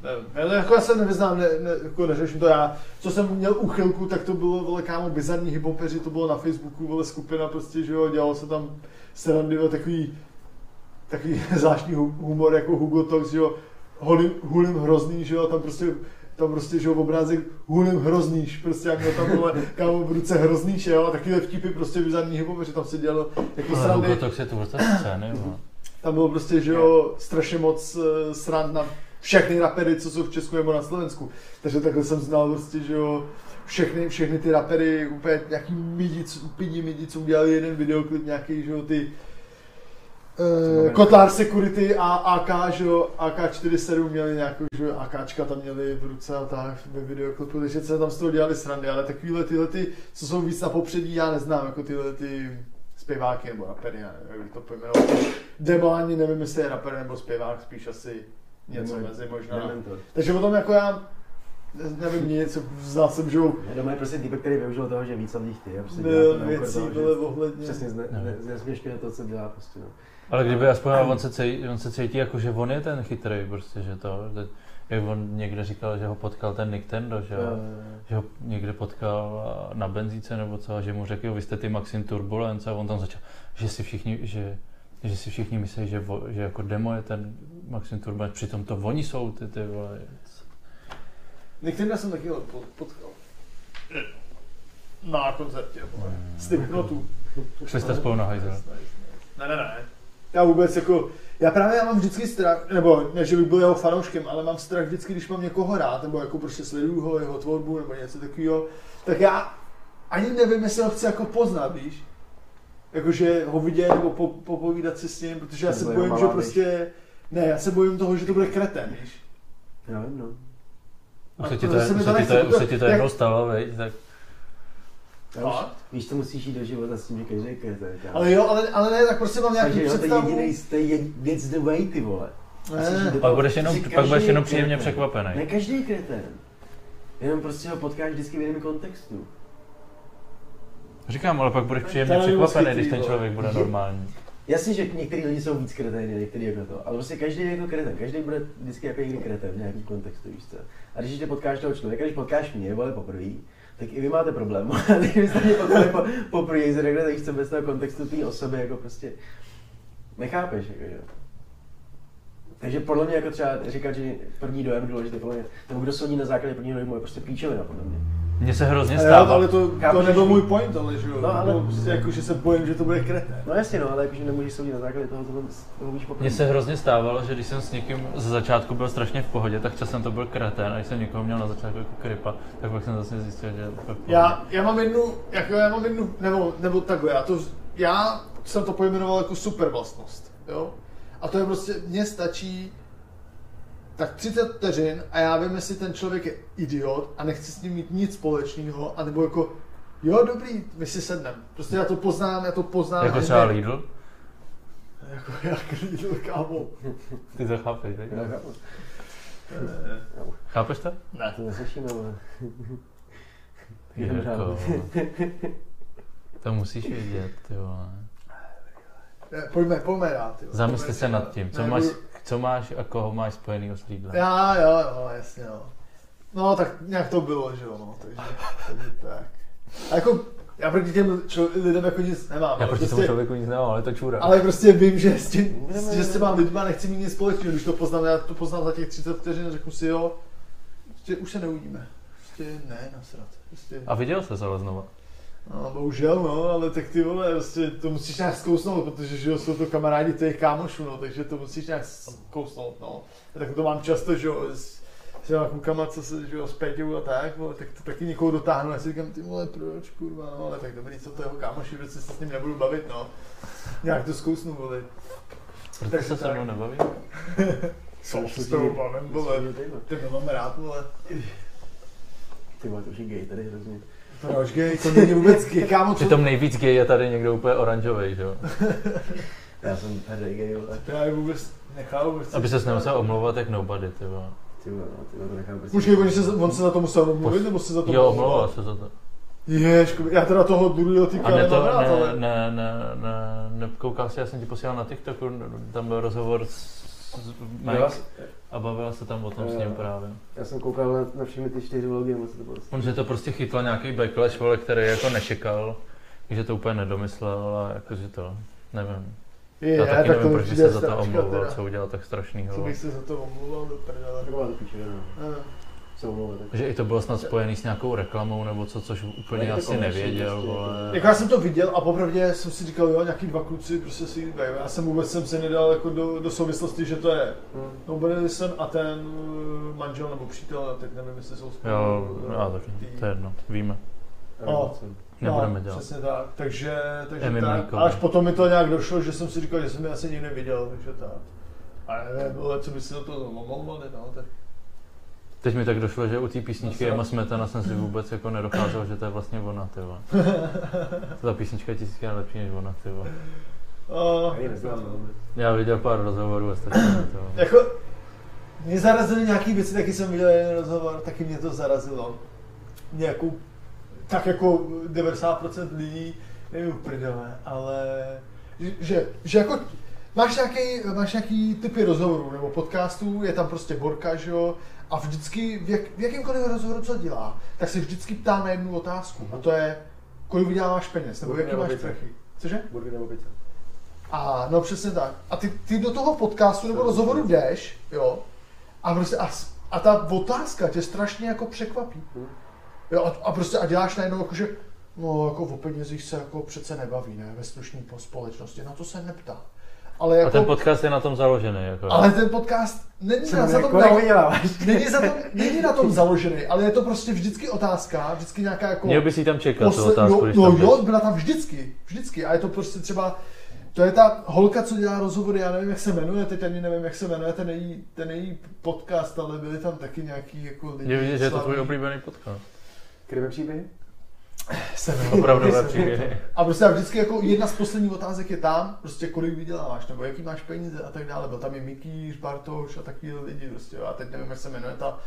Nevím, ale jako já se nevyznám, ne, ne, jako neřeším to já. Co jsem měl uchylku, tak to bylo vole kámo bizarní hypopeři, to bylo na Facebooku, vole skupina prostě, že jo, dělalo se tam srandy, vole, takový, takový zvláštní hu- humor, jako Hugo Talks, že jo, Holim, hulim hrozný, že jo, a tam prostě tam prostě, že jo, obrázek hulim hroznýš, prostě jak měl tam vole, kámo v ruce hroznýš, jo, a takovýhle vtipy prostě bizarní hypopeři, tam se dělalo jako
Ale
srandy,
Hugo Tox je tvůrce scény, vole.
tam bylo prostě, že jo, strašně moc eh, srand na všechny rapery, co jsou v Česku nebo na Slovensku. Takže takhle jsem znal prostě, že jo, všechny, všechny ty rapery, úplně nějaký midi, co- pidi midi, co udělali jeden videoklip, nějaký, že jo, ty eh, Kotlár Security a AK, že jo, AK-47 měli nějakou, že jo, AKčka tam měli v ruce a tak ve videoklipu, takže se tam z toho dělali srandy, ale takovýhle tyhle ty, co jsou víc na popředí, já neznám, jako tyhle ty zpěváky nebo rapery, já nevím, jak bych to pojmenoval. Demo ani nevím, jestli je rapper nebo zpěvák, spíš asi něco
Demo-
mezi
Ne,
možná.
ne, to.
Takže o tom jako já ne- nevím nic, znal jsem, že jo,
Doma je prostě typ, který využil toho, že víc tam jich ty. a Prostě dělá to
byl
na úkor
věcí
toho, že-
byly ohledně.
Přesně, zne-
Ne.
ne- zesměšňuje to, co dělá prostě. No.
Ale kdyby aspoň on se, cítí, on se cítí jako, že on je ten chytrý, prostě, že to, že- jak on někde říkal, že ho potkal ten Nintendo, že, jo?
Eh,
že ho někde potkal a- na benzíce nebo co, a že mu řekl, jo, vy jste ty Maxim Turbulence a on tam začal, že si všichni, že, že si všichni myslí, že, vo, že jako demo je ten Maxim Turbulence, přitom to oni jsou ty, ty vole.
Některým jsem taky po- potkal. Na koncertě, vole. Z těch knotů.
Šli jste spolu na hajzel.
Ne, ne, ne. Já vůbec jako, já právě já mám vždycky strach, nebo ne, že bych byl jeho fanouškem, ale mám strach vždycky, když mám někoho rád, nebo jako prostě sleduju ho, jeho tvorbu, nebo něco takového, tak já ani nevím, jestli ho chci jako poznat, víš? Jakože ho vidět nebo po, popovídat si s ním, protože já
To
se
byla jeho
bojím, že
malá
prostě, ne, já se bojím toho, že to bude kreten, víš?
Já vím, no.
Už
A
se ti to,
to
už
se mi
se
to
ti to,
nechce,
už se ti to
jak-
jednou stalo, veď, tak
Já už, víš, co musíš jít do života s tím, že každý kete.
Ale jo, ale, ale ne, tak prostě mám nějaký
Takže jo, to je
představu.
jediný, to je jed- that's the way, ty vole.
Ne,
Asi, že jde
pak
to-
budeš jenom,
jsi
pak budeš
každý
jenom příjemně
kreten. Ne
překvapený.
každý kreten. Jenom prostě ho potkáš vždycky v jiném kontextu.
Říkám, ale pak budeš příjemně
To je moc
překvapený,
chytrý,
když ten
vole.
člověk bude normální.
Jasně, že některý lidi jsou víc kreténi, některý jako to, ale prostě každý je jako kreten, každý bude vždycky jako jiný kreten v nějaký kontextu, víš co. A když ještě potkáš toho člověka, když potkáš mě, vole, poprvé, tak i vy máte problém, ale kdybyste mě potkali po, poprvé, se řekne, tak jsem bez toho kontextu té osoby, jako prostě nechápeš, jako jo. Takže podle mě jako třeba říkat, že první dojem důležitý, podle mě, nebo kdo soudí na základě prvního dojmu, je prostě píčovina, podle mě.
Mně se hrozně
Ale,
stává.
ale to, to
Chápeš?
nebyl můj point, ale že jo.
No, ale-
Bylo prostě jako, že se bojím, že to bude kreté.
No jasně, no, ale jakože nemůžeš soudit na základě toho, co tam co mluvíš poprvé.
Mně se hrozně stávalo, že když jsem s někým ze začátku byl strašně v pohodě, tak časem to byl kretén a když jsem někoho měl na začátku jako krypa, tak pak jsem zase zjistil, že je úplně v pohodě.
Já, já mám jednu, jako já mám jednu, nebo, nebo takhle, já, to, já jsem to pojmenoval jako super vlastnost, jo? A to je prostě, mně stačí tak 30 vteřin a já vím, jestli ten člověk je idiot a nechci s ním mít nic společného, anebo jako, jo, dobrý, my si sedneme. Prostě já to poznám, já to poznám.
Jako
hned.
třeba Lidl,
Jako jak Lidl, kámo.
ty to chápeš, ne?
Já chápu.
Chápeš to?
To neslyším, ale... Jdem dál.
Jako, to musíš vědět, ty vole.
Ne, pojďme, pojďme dát. jo.
Zamysli
Pojďme
se nad
dál.
tím, co
Ne,
máš,
budu-
co máš a koho máš spojenýho s Lidlem.
Já, jo, jo, jasně, no. No, tak nějak to bylo, že jo, no, takže, takže tak. A jako, já proti těm člo- lidem jako nic nemám,
Já
ale,
proti
prostě,
tomu člověku nic nemám, ale je to čůra.
ale prostě vím, že s, tím, že s těma lidma nechci mít nic společného, když to poznám, já to poznám za těch 30 vteřin, řeknu si, jo, prostě už se neuvidíme. Prostě ne, nasrat. Prostě,
A viděl se ale znova.
no, bohužel, no, ale tak ty vole, prostě to musíš nějak zkousnout, protože že jo, jsou to kamarádi tvých kámošů, no, takže to musíš nějak zkousnout, no. A tak to mám často, že jo, s, s těma klukama, co se, že jo, s Péťou a tak, vole, tak to taky někoho dotáhnu, já si říkám, ty vole, proč, kurva, no, ale tak dobrý, co to jeho kámoši, protože se s ním nebudu bavit, no. Nějak to zkousnu, vole.
Proto
Takže
se se
tak.
mnou nebaví?
Co s tou panem, vole, ty nemám rád, vole.
Ty vole, to už je gay tady hrozně.
Proč, gej, to není vůbec gej, kámo, co?
Přitom nejvíc gay je tady někdo úplně oranžový, že jo?
Já jsem hrdý gay, ale
Já je vůbec prostě. nechal, vůbec.
Aby se nemusel omlouvat jak nobody, ty vole.
ty vole, no, ty vole, to nechám prostě.
Počkej, on se, on se za to musel omluvit, nebo se za to
Jo,
omlouval?
omlouval se za to.
Ježku, já teda toho druhého typka
A ne,
nemám
to,
rád,
ne,
ale...
ne, ne, ne, nekoukal jsi, já jsem ti posílal na TikToku, tam byl rozhovor s, s
Já,
Mike a bavila se tam o tom s ním právě.
já jsem koukal na, na všechny ty čtyři vlogy, nebo co to bylo.
On, že to prostě chytla nějaký backlash, vole, který jako nečekal, že to úplně nedomyslel a jakože to, nevím.
Je,
Já taky nevím,
mi
proč by
přijde
se za to
straška
omlouval,
teda.
co udělal tak strašnýho.
Co
vole.
bych se za to omlouval do prdele.
Taková to píče, no.
Eh,
Se omlouvá, tak.
Že i to bylo snad spojený s nějakou reklamou nebo co, což úplně
Ale je to
asi
komerční
nevěděl,
prostě,
vole.
jako-
Jako já jsem to viděl a popravdě jsem si říkal, jo, nějaký dva kluci prostě si dají. Já jsem vůbec jsem se nedal jako do, do souvislosti, že to je
Hm.
Nobody jsem a ten eh, manžel nebo přítel, teď nevím, jestli jsou spolu. eh,
Jo,
nebo-
já taky,
ty-
to je jedno, víme.
A
No.
co?
Nebudeme dělat.
Přesně tak, takže, takže
Amy
tak.
Michael.
A až potom mi to nějak došlo, že jsem si říkal, že jsem je asi nikdy viděl, takže tak. A nevím, vole, co by si za to omlouvali, no, tak
Teď mi tak došlo, že u té písničky
Nasrat.
Emma Smetana jsem si vůbec jako nedocházel, že to je vlastně ona, ty vole. Ta písnička je tisíckrát lepší než ona, ty vole.
A,
Ani neznám, no.
Já viděl pár rozhovorů a stačí mi to. vole.
jako, mě zarazily nějaký věci, taky jsem viděl jeden rozhovor, taky mě to zarazilo. Nějakou, tak jako 90% lidí, nevím, prdele, ale, že- že, že jako, máš nějaký, máš nějaký typy rozhovorů nebo podcastů, je tam prostě Borka, že jo, a vždycky, v, jak, v jakýmkoliv rozhovoru, co dělá, tak se vždycky ptá na jednu otázku, a to je, kolik vyděláváš peněz, nebo
Kolik
jaký máš
vyděláváš
prachy. Cože?
Burger nebo pizza.
A no přesně tak. A ty, ty do toho podcastu nebo rozhovoru jdeš, jo, a, prostě, a, s- a ta otázka tě strašně jako překvapí.
Hm.
Jo, a, a prostě a děláš najednou jako, že no jako o penězích se jako přece nebaví, ne, ve slušní po- společnosti, na to se neptá. Ale
A
jako,
ten podcast je na tom založený, jako.
ale ten podcast není na, za tom
Kolik
dal-
vyděláváš?
není, za tom, není na tom založený, ale je to prostě vždycky otázka, vždycky nějaká jako...
Měl bys jí tam čekat, tu
Posle-
otázku,
no,
když tam
no
jdeš.
jo, byla tam vždycky, vždycky. A je to prostě třeba, to je ta holka, co dělá rozhovory, já nevím, jak se jmenuje, teď ani nevím, jak se jmenuje ten její, ten její podcast, ale byly tam taky nějaký jako lidi.
Je vidět, že je to
slavní.
tvůj oblíbený podcast.
Krybe příběhy?
Se jmenuje.
Opravdové příběhy.
A prostě a vždycky jako jedna z posledních otázek je tam, prostě kolik vyděláváš, nebo jaký máš peníze a tak dále. Byl tam i Mikýř, Bartoš a takový lidi prostě, jo. a teď nevím, jak se jmenuje ta,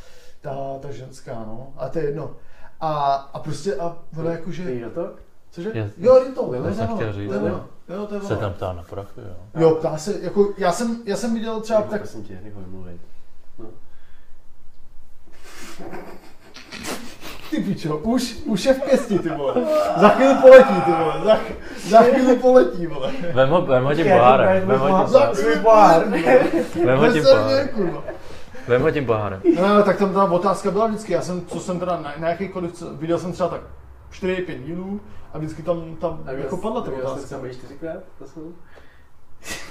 ta, ta ženská, no, a to je jedno. A, a prostě, a ona jakože...
Ty na to?
Cože?
Je-
Jo, je to,
To
Lilo,
jsem
to
chtěl
je
říct,
ono,
ne?
jo, jo, to je
Se
ono.
tam ptá na prachy, jo.
Jo, ptá se, jako, já jsem, já jsem viděl třeba
Tak.
tak,
Jako, Prosím tě, nechoj mluvit.
Ty pičo, už, už je v pěsti, ty vole. Za chvíli poletí, ty vole. Za, za chvíli poletí, vole.
Vem ho, vem ho tím
Počkej, já
pohárem,
to
vem ho tím,
Za
pohárem,
chvíli poletí,
vem ho tím
vole.
pohárem,
kurva.
vem ho tím pohárem.
No, ale tak tam ta otázka byla vždycky, já jsem, co jsem teda na, na jakýkoliv, co- viděl jsem třeba tak 4-5 dílů a vždycky tam, tam
A
jako padla ta
Měl jsem
otázka.
sami čtyřikrát, to jsem.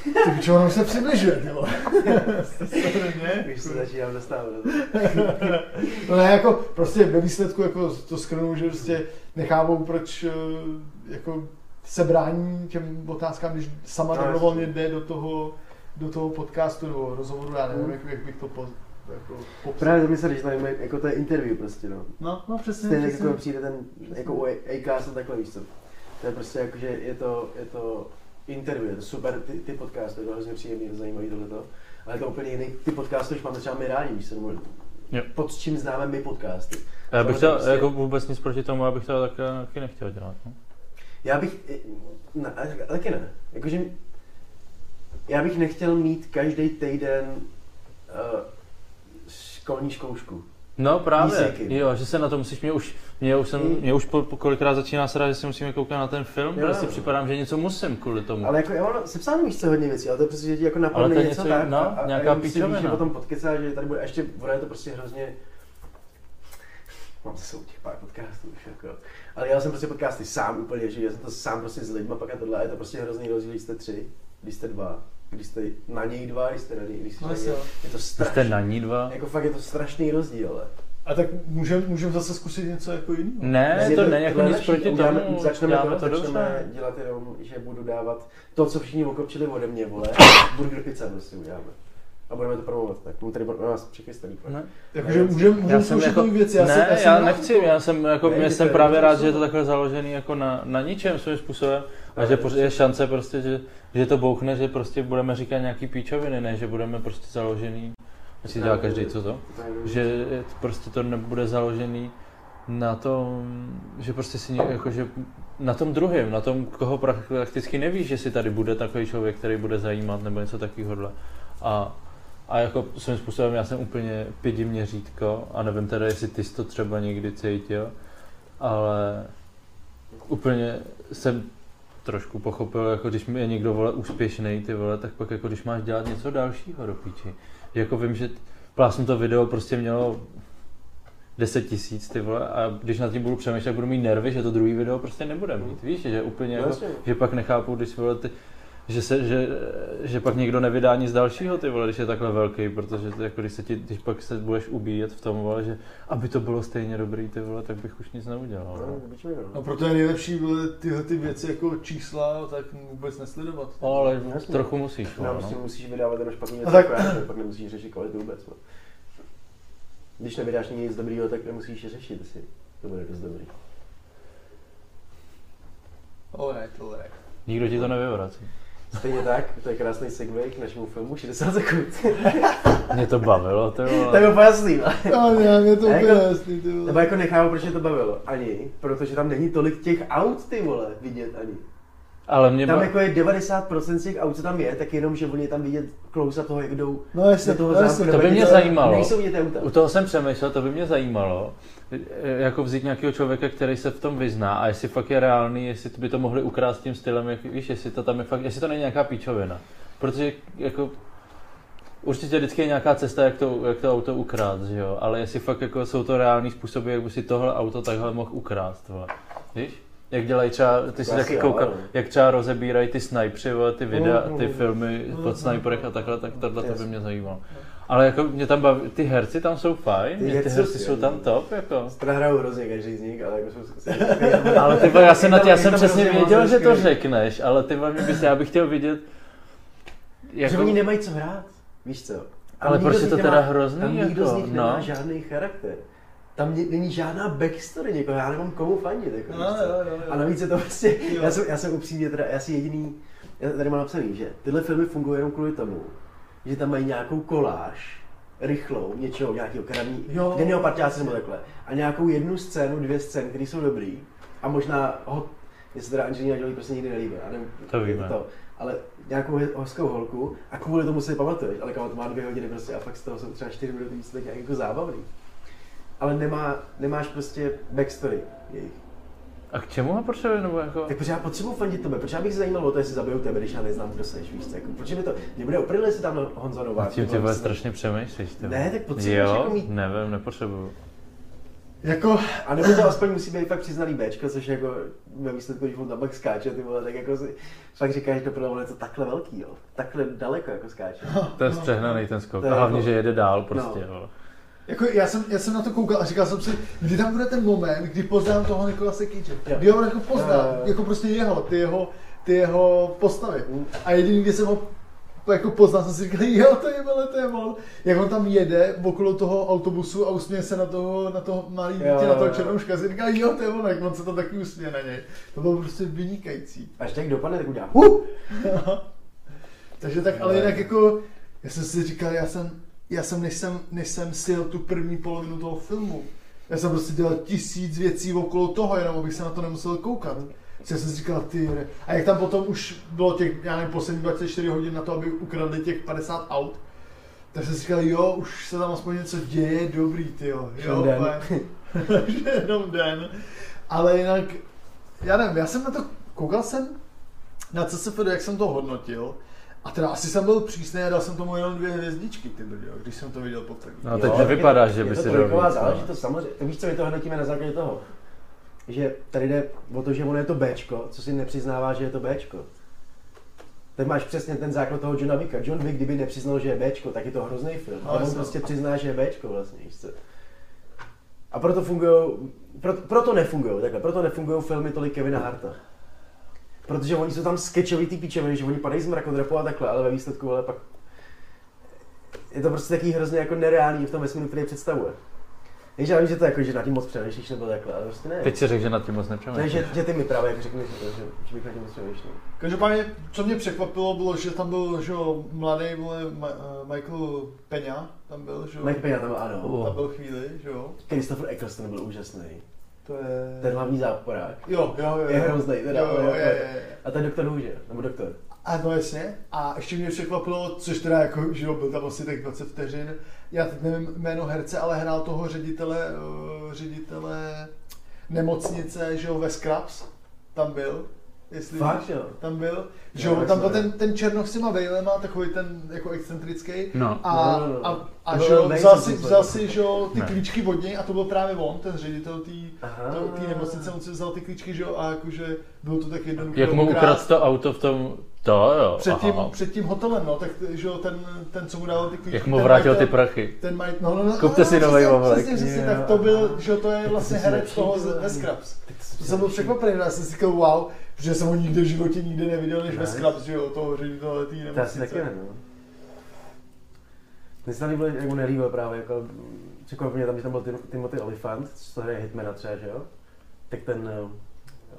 Ty pičo, ono už se přibližuje, ty vole.
Když se začínám dostávat do toho.
No ne, jako prostě ve výsledku jako to skrnu, že prostě nechápou, proč eh, jako se brání těm otázkám, když sama
No,
dobrovolně jde do toho, do toho podcastu nebo rozhovoru, já nevím, jak, jak bych to po, jako popsal.
Právě to myslel, když tady mají- jako to je interview prostě, no.
No, no přesně,
Stejně jako
přesně.
když přijde ten, jako u Acast a takhle víš co. To je prostě jako, že je to, je to interview, je to super, ty, ty podcasty, je to hrozně příjemný, je to zajímavý tohleto. Ale je to úplně jiný, ty podcasty už máme třeba my rádi, víš co, nebo
Jo.
pod čím známe my podcasty.
Já bych
Samozřejmě
to,
prostě-
jako vůbec nic proti tomu, abych to taky, taky nechtěl dělat. No.
Já bych, ne, ale taky ne, jakože já bych nechtěl mít každý týden uh, školní zkoušku.
No právě,
Výseky.
jo, že se na to musíš, mě už, mě už, jsem,
Mm.
mě už po, po kolikrát začíná srát, že si musíme koukat na ten film,
Jo,
prostě
jo.
připadám, že něco musím kvůli tomu.
Ale jako, jo, no, sepsáno víš co hodně věcí, ale to je prostě, že ti jako napadne
Ale to je
něco,
něco
tak,
jiná,
a, a,
nějaká
a jenom si
píčovina.
víš, že potom podkecá, že tady bude, a ještě ono je to prostě hrozně, mám zase u těch pár podcastů už jako, ale já jsem prostě podcasty sám úplně, že já jsem to sám prostě s lidma, pak a tohle, a je to prostě hrozný rozdíl, když jste tři, když jste dva, když jste na něj dva, když jste na něj, když jste
No
na něj,
jasně, no.
je to
Vy jste
strašný,
na ní dva?
jako fakt je to strašný rozdíl, ale.
A tak můžeme můžem zase zkusit něco jako jiného.
Ne, to není jako
tohle
nic
lepší.
proti
Uděláme-
tomu,
Začneme,
děláme
to,
to
začneme
dobře.
dělat jenom, že budu dávat to, co všichni okopčili ode mě, vole. Burger pizza prostě uděláme. A budeme to promovat, tak mu tady pro nás přichystaný.
Ne.
Jakože můžeme Jako, můžem zkoušet jako, věci. Já
ne,
jsem, já, jsem
já
rád.
nechci, já jsem, jako,
Ne,
mě
to
jsem
je
právě
dobře,
rád, že je to
super.
takhle založený jako na, na ničem svým způsobem a
Ne,
že
to
poř- je šance prostě, že, že to bouchne, že prostě budeme říkat nějaký píčoviny, ne, že budeme prostě založený, ať si
Ne,
dělá
to
každý,
je- No,
co to, že je- prostě to nebude založený na tom, že prostě si ně- jako, že na tom druhém, na tom, koho pra- prakticky nevíš, že si tady bude takový člověk, který bude zajímat nebo něco takového. A, a jako svým způsobem já jsem úplně pidi měřítko a nevím teda, jestli ty jsi to třeba někdy cítil, ale úplně jsem trošku pochopil, jako když je někdo vole úspěšný, ty vole, tak pak jako když máš dělat něco dalšího do píči. Jako vím, že t- plásnu to video prostě mělo 10 tisíc, ty vole, a když nad tím budu přemýšlet, budu mít nervy, že to druhý video prostě nebude mít, víš, že úplně
No
jako,
jasně.
že pak nechápu, když vole, ty, že, se, že, že, pak někdo nevydá nic dalšího, ty vole, když je takhle velký, protože to jako, když, se ti, když pak se budeš ubíjet v tom, vole, že aby to bylo stejně dobrý, ty vole, tak bych už nic neudělal.
No,
No.
bičme,
No
no.
proto je nejlepší vole, tyhle ty věci jako čísla, tak vůbec nesledovat.
No, ale
Jasně.
trochu musíš.
No,
No,
prostě
no.
musíš vydávat jenom špatný věci,
tak-
tak... pak nemusíš řešit kvalitu vůbec. No. Když nevydáš nic dobrýho, tak nemusíš je řešit, jestli to bude dost dobrý.
Alright, alright.
Nikdo ti to nevyvrací.
Stejně tak, to je krásný segway k našemu filmu 60 sekund.
Mě to bavilo, ty
to
vole.
je úplně jasný, ale-
Ale já mě to
A jako-
úplně jasný, ty
Nebo
vole.
jako nechápu, proč mě to bavilo. Ani, protože tam není tolik těch aut, ty vole, vidět ani.
Ale mě
Tam
ba-
jako je 90% z těch aut, co tam je, tak jenom, že oni je tam vidět close toho, jak jdou
No jasně,
do toho
no jasně,
zámku,
to
nebo
by mě
něco,
zajímalo.
Nejsou vidět auta.
U toho jsem přemýšlel, to by mě zajímalo, e, jako vzít nějakého člověka, který se v tom vyzná a jestli fakt je reálný, jestli by to mohli ukrást tím stylem, jak, víš, jestli to tam je fakt, jestli to není nějaká píčovina. Protože jako Určitě vždycky je nějaká cesta, jak to, jak to auto ukrást, že jo? Ale jestli fakt jako jsou to reální způsoby, jak by si tohle auto takhle mohl ukrást, vole. Víš? Jak dělají třeba, ty jsi
Asi
taky
jo,
koukal,
no.
jak třeba rozebírají ty snajpři, vole, ty videa,
Mm,
ty
mm.
filmy pod snajperech a takhle, tak tohle to by
Jasně.
mě zajímalo. Ale jako mě tam baví, ty herci tam jsou fajn,
Ty
ty, ty
herci
herci
jsou
jsou tam
skvělí.
top, jako.
Teda hrajou hrozně každý z nich, ale jako jsou
Ale ty vole, já jsem, na tě, já
Je
jsem
tam
přesně
hrozně moc
věděl, že to
hezkých.
řekneš, ale ty vole, mě bys, já bych chtěl vidět,
Že
jako,
oni nemají co hrát, víš co? Tam
ale
nikdo
proč
z
je
nich
to
nemá-
teda hrozný,
Tam nikdo
jako,
z nich nemá žádný charakter. Tam ni- není žádná backstory někoho, já nemám komu fandit, jako,
No,
víš co?
jo, jo, jo.
A navíc je to prostě,
Jo.
já jsem, já jsem upřímně teda, já jsem jediný, já tady mám napsaný, že tyhle filmy fungují jenom kvůli tomu, že tam mají nějakou koláž, rychlou, něčeho, nějakého kraní,
Jo.
denního partiáci nebo takhle. A nějakou jednu scénu, dvě scény, které jsou dobrý. A možná ho, mě se teda Angelina Jolie prostě nikdy nelíbí, já nevím,
To
je
víme.
To, ale nějakou he- hezkou holku a kvůli tomu si pamatuješ, ale kamo to má dvě hodiny prostě a fakt z toho jsou třeba čtyři minuty víc tak nějak jako zábavný. ale nemá, nemáš prostě backstory jejich.
A k čemu ho potřebuje, nebo jako...
Tak proč já potřebuji fandit tebe? Proč já bych se zajímal o to, jestli zabiju tebe, když já neznám, kdo seš, víš co? Jako, proč mi to... Mě bude oprvé, jestli tam Honza
A
Novák.
tím ty
nebo
vole
jestli-
strašně přemýšlíš, ty. vole.
Ne, tak potřebuješ
Jo,
jako mít-
nevím, nepotřebuju.
Jako,
A nebo to aspoň musí být fakt přiznalý Bčko, což jako ve výsledku, když on tam pak skáče, ty vole, tak jako si fakt říkáš, že to je to takhle velký, jo. Takhle daleko jako skáče.
To je přehnaný ten skok.
To je
A hlavně,
jako-
že jede dál prostě,
No.
jo.
jako já, jsem, já jsem na to koukal a říkal jsem si, kdy tam bude ten moment, kdy poznám toho Nikolase Cage.
Jo.
Kdy ho jako poznám,
Jo, Mm. jo, jo.
jako prostě jeho, ty jeho, ty jeho postavy. A jediný, kdy jsem ho jako poznal, jsem si říkal, jo, to je vele, to je on. Jak on tam jede okolo toho autobusu a usměje se na toho, na toho malý dítě,
Jo,
na toho
jo.
černouška. Já si říkal, jo, to je on, jak on se tam taky usměje na něj. To bylo prostě vynikající.
Až tak dopadne, tak udělá.
Uh! Takže tak, ale jinak jako, já jsem si říkal, já jsem, já jsem, než jsem, než jsem sjel tu první polovinu toho filmu, já jsem prostě dělal tisíc věcí okolo toho, jenom abych se na to nemusel koukat. Co Já jsem si říkal, ty jde. A jak tam potom už bylo těch, já nevím, posledních 24 hodin na to, aby ukradli těch 50 aut, tak jsem si říkal, jo, už se tam aspoň něco děje, dobrý, ty jo.
Všem den.
úplně. Že jenom den. Ale jinak, já nevím, já jsem na to, koukal jsem na CSFD, jak jsem to hodnotil, a teda asi jsem byl přísný a dal jsem tomu jenom dvě hvězdičky, ty brdio, když jsem to viděl poprvé.
No, teď nevypadáš, že by si
to
dal
trojková
víc, no.
záležitost, samozřejmě. To víš, co my to hodnotíme na základě toho? Že tady jde o to, že ono je to Bčko, co si nepřiznává, že je to Bčko. Teď máš přesně ten základ toho Johna Wicka. John Wick, kdyby nepřiznal, že je Bčko, tak je to hrozný film.
No,
Ale on
jasně.
prostě přizná, že je Bčko vlastně, víš co? A proto fungují, proto, proto nefungují, takhle, proto nefungují filmy tolik Kevina Harta. Protože oni jsou tam sketchový ty píčeviny, že oni padají z mrakodrapu a takhle, ale ve výsledku ale pak je to prostě taký hrozně jako nereálný v tom vesmíru, který představuje. Víš, já vím, že to jako, že na tím moc přemýšlíš nebo takhle, ale prostě ne.
Teď si řekl, že nad tím moc
Ne,
nepřemýšlíš.
že, že ty mi právě jako řekneš, že, že, že bych na tím moc přemýšlel.
Každopádně, co mě překvapilo, bylo, že tam byl že jo, mladý vole, Ma- eh, Michael Peňa, tam byl, že jo.
Mike Peña tam byl, ano.
Oh.
Tam byl chvíli, že jo.
Christopher Eccleston byl úžasný.
To je...
Ten hlavní záporák.
Jo, jo, jo.
Je hrozný, teda.
Jo, jo, jo,
ale jako-
jo, jo.
A ten doktor Hůže, nebo doktor.
A no jasně. A ještě mě překvapilo, což teda jako, že jo, byl tam asi tak 20 vteřin. Já teď nevím jméno herce, ale hrál toho ředitele, eh, ředitele nemocnice, že jo, ve Scraps. Tam byl. Jestli
Fakt, jo.
Tam byl. Že
Jo,
jo,
tak
tam byl
jsem
ten, ten černoch s těma vejlema, takový ten jako excentrický.
No.
A,
No, no, no.
a, a
To
že
byl
jo,
nejsem
vzal si,
super.
vzal si že jo, ty
Ne.
klíčky od něj a to byl právě on, ten ředitel té
Aha.
nemocnice, on si vzal ty klíčky, že jo, a jakože bylo to tak jednoduché.
Jak mu
ukrást.
ukradl to auto v tom... To jo,
Před tím,
aha.
před tím hotelem, no, tak že jo, ten, ten, co mu dal ty klíčky.
Jak mu
ten
vrátil ty
majitel-
prachy.
Ten maj... no, no, no,
Kupte
no,
si
no,
novej
přesně,
voblek.
Přesně, přesně,
Jo,
tak to byl,
aha.
že jo, to je vlastně
si
herec
nevšiml,
toho z-
ani.
ve Scraps.
Tak to si
To jsem byl překvapený, já jsem si říkal wow, protože jsem ho nikde v životě nikde neviděl, než ve
Nice.
Scraps, že jo, toho ředitele tý
To asi taky ne,
nemocnice.
no. Mně se tam líbilo, jak mu nelíbil právě, jako mm, překvapilo mě tam, že tam byl Tim- Timothy Olyphant, co hraje Hitmana třeba, že jo? Tak ten eh,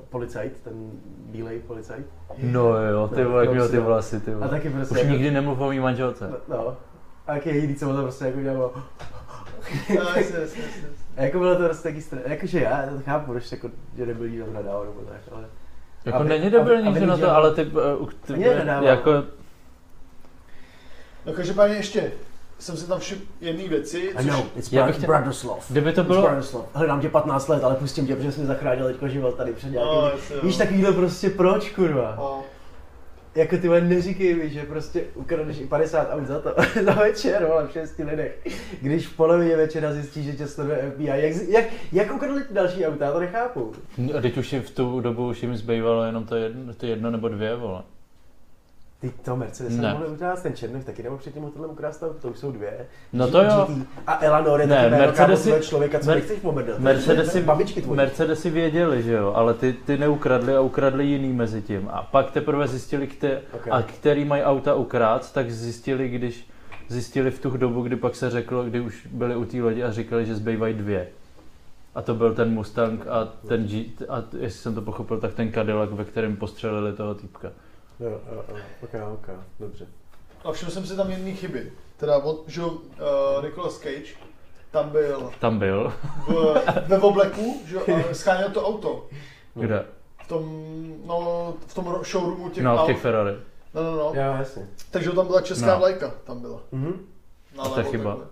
policajt, ten bílej policajt.
No jo, ty
No,
vole, jak
to
měl ty
si-
vlasy, ty
A
vole.
taky prostě...
No, Už
jako-
nikdy nemluv o mý manželce.
No, No. A jak je jediný, co bylo prostě jako dělalo.
No, jasně, jasně, jasně.
A jako bylo to prostě taky str... Jakože já to chápu, proč jako, že nebyl jí nadával nebo tak, ale...
Jako
Aby-
není debil
aby-
nikdo
aby
na to,
nedělal-
ale ty... eh, u- ty-
Ani nedával.
Jako...
No každopádně ještě jsem si tam všiml jedné věci,
I
což
know, it's
Já
Bra-
bych chtěl-
Bratislav.
Kdyby to
It's
bylo-
Bratislav. Hledám tě 15 let, ale pustím tě, protože jsi mi zachránil teďko život tady před nějakým...
No, jasně, no.
Víš, takovýhle prostě proč, kurva?
No.
Jako ty vole, neříkej mi, že prostě ukradneš i 50 aut za to, za večer, vole, v 6 lidech. Když v polovině večera zjistíš, že tě sleduje FBI, jak, z- jak, jak ukradli ty další auta, já to nechápu.
A teď už jim v tu dobu už jim zbývalo jenom to jedno, ty jedno nebo dvě, vole.
Ty to Mercedes
Ne.
ne. mohli ukrást, ten Černoch taky nebo předtím hotelem ukrást, auto, to už jsou dvě.
No to jo.
GT. A Eleanor je
Ne,
taky jméno
Mercedesy-
kámo, člověka, co
Mer-
Mer- nechceš pomrdat.
Mercedesy,
babičky tvoje.
Mercedesy věděli, že jo, ale ty, ty neukradli a ukradli jiný mezi tím. A pak teprve zjistili, kte,
Ok.
a který mají auta ukrást, tak zjistili, když zjistili v tu dobu, kdy pak se řeklo, kdy už byli u té lodi a říkali, že zbývají dvě. A to byl ten Mustang a ten G, a t- jestli jsem to pochopil, tak ten Cadillac, ve kterém postřelili toho týpka.
Jo, jo, jo, ok, ok, dobře.
A všiml jsem si tam jedné chyby. Teda, od, že uh, Nicolas Cage tam byl
Tam byl.
v, ve obleku, že eh, scháněl to auto.
Kde?
V tom, no, v tom ro- showroomu těch
No, v
aut.
těch Ferrari.
No, no, no.
Jo, jasně.
Takže tam byla česká
No.
vlajka, tam byla.
Mhm.
Na
A to je
levo
chyba.
takhle.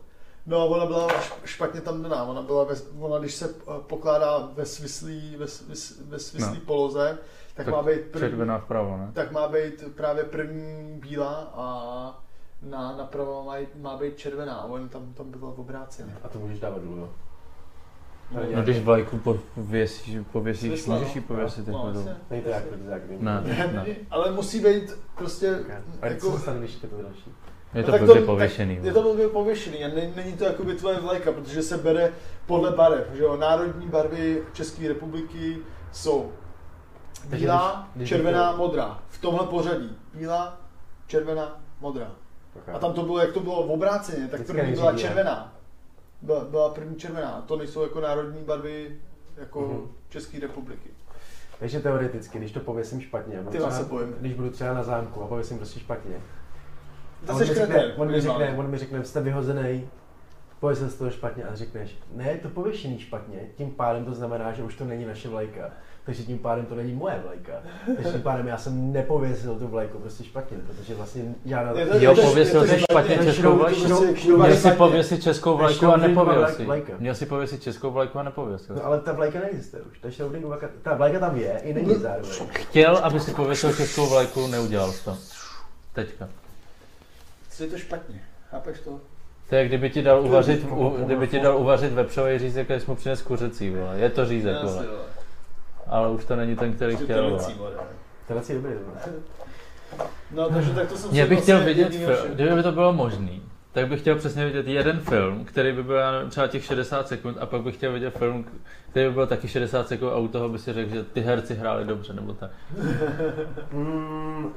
No a ona byla š- špatně tam daná, ona, byla ve, ona když se eh, pokládá ve svislý, ve, svis, ve svislý no.
No.
poloze, tak, tak
Tak
má být první,
Červená vpravo, ne?
tak má být právě první bílá a na, napravo má, jít- má být červená a on tam, tam bylo v obráceně.
A to můžeš dávat dolů, jo.
No,
Ne,
No
ne,
když vlajku pověsíš, pověsíš
Světla,
můžeš ji
no.
pověsit
No,
takhle dolů.
jasně.
Není to jak, to jak vím.
Ne.
Ne, ale musí být prostě
Tak, A jak
jako...
se stane, když je to další?
Je
No
to
tak
blbě
tak
pověšený.
Je
vole.
to blbě pověšený a není, není to jakoby tvoje vlajka, protože se bere podle barev, že jo? Národní barvy České republiky jsou
Takže
bílá,
když- když
červená,
to-
modrá. V tomhle pořadí. Bílá, červená, modrá. A tam to bylo, jak to bylo v obráceně, tak
Vždycky
první
nejdřív
byla
bílá.
červená. Byla, byla první červená. To nejsou jako národní barvy jako
Mhm.
České republiky.
Takže teoreticky, když to pověsím špatně, budu
Ty
třeba-
vás se bojím.
když budu třeba na zámku a pověsím prostě špatně,
To
on,
se
mi řekne,
škrete.
on, mi řekne, on mi řekne, jste vyhozený, pověsil z toho špatně a řekneš, ne, je to pověšený špatně, tím pádem to znamená, že už to není naše vlajka. Takže tím pádem to není moje vlajka. Takže tím pádem já jsem nepověsil tu vlajku prostě špatně, protože vlastně žádná...
Je to-
Jo,
je to-
pověsil
je to
jsi špatně
špatně,
českou
šroub-
vlajku.
šroub-
Měl
šroub-
Měl si
špatně.
pověsit českou vlajku a
Šroubingová
nepověl
vlaj-
si.
vlajka.
Měl si pověsit českou vlajku a nepověl si.
No, ale ta vlajka neexistuje už, ta Schrödingerova vlajka, ta vlajka tam je i není zároveň.
Chtěl, aby si pověsil českou vlajku, neudělal jsi to. Teďka.
Co je to špatně? Chápeš to?
To je, kdyby ti dal uvařit, u, kdyby ti dal uvařit vepřový řízek, a jsi mu přines kuřecí, vole. Je to řízek,
Jasně,
vole.
jo.
Ale už to není ten, který
Ještě
chtěl,
telecí,
vole.
vole.
Tenhle si je dobrý. no.
No, takže tak to jsem
Já
si
bych chtěl
vlastně
vidět,
jedinýho
film,
všem-
kdyby by to bylo možný, tak bych chtěl přesně vidět jeden film, který by byl já nevím, třeba těch 60 sekund a pak bych chtěl vidět film, k- který by byl taky 60 sekund a u toho by si řekl, že ty herci hráli dobře, nebo tak.
Mm, uh,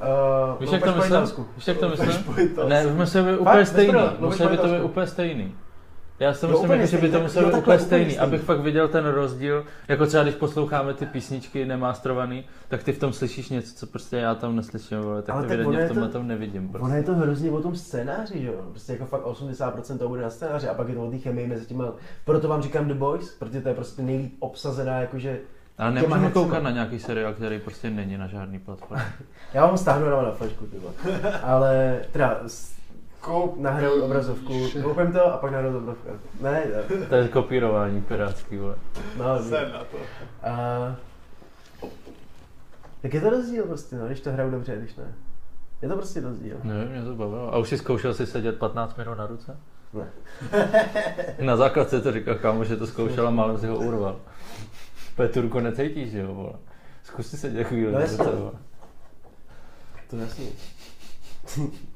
Víš, jak to myslím? Víš, jak to myslím?
Špojitelsku.
Ne, už musel být úplně
Fakt?
stejný,
Nespravil, no,
musel by to být
špojitelsku.
úplně stejný. Já si
Jo,
myslím,
úplně
jako, že by
stejný,
to
tak-
muselo
jo,
být
takhle,
úplně
úplně
stejný,
stejný.
abych fakt viděl ten rozdíl, jako třeba když posloucháme ty písničky nemástrovaný, tak ty v tom slyšíš něco, co prostě já tam neslyším, vole, tak
Ale tak ono
evidentně
je
v tomhle
to-
tom nevidím. Prostě.
Ono je to hrozně o tom scénáři, že jo? Prostě jako fakt 80% toho bude na scénáři a pak je to o té chemii mezi těma. Proto vám říkám The Boys, protože to je prostě nejlíp obsazená, jakože...
Ale
těma
nemůžeme
hercema.
koukat na nějaký seriál, který prostě není na žádný platformě.
Já vám stáhnu jenom na flašku, ty vole. Ale teda s-
Koup
nahraju obrazovku, koupím to a pak nahraju obrazovku. Ne, ne,
To je kopírování pirátský, vole.
no, dobrý.
Jsem na to.
a... Tak je to rozdíl prostě, no, když to hraju dobře, když ne. Je to prostě rozdíl.
Nevím, mě to bavilo. A už jsi zkoušel si sedět 15 minut na ruce?
Ne.
Na základce to říkal kámo, že to zkoušel a málem si ho urval. Peturku necítíš, že jo, vole. Zkus si sedět chvíli
No
na
jasně.
ruce, vole.
To je jasný.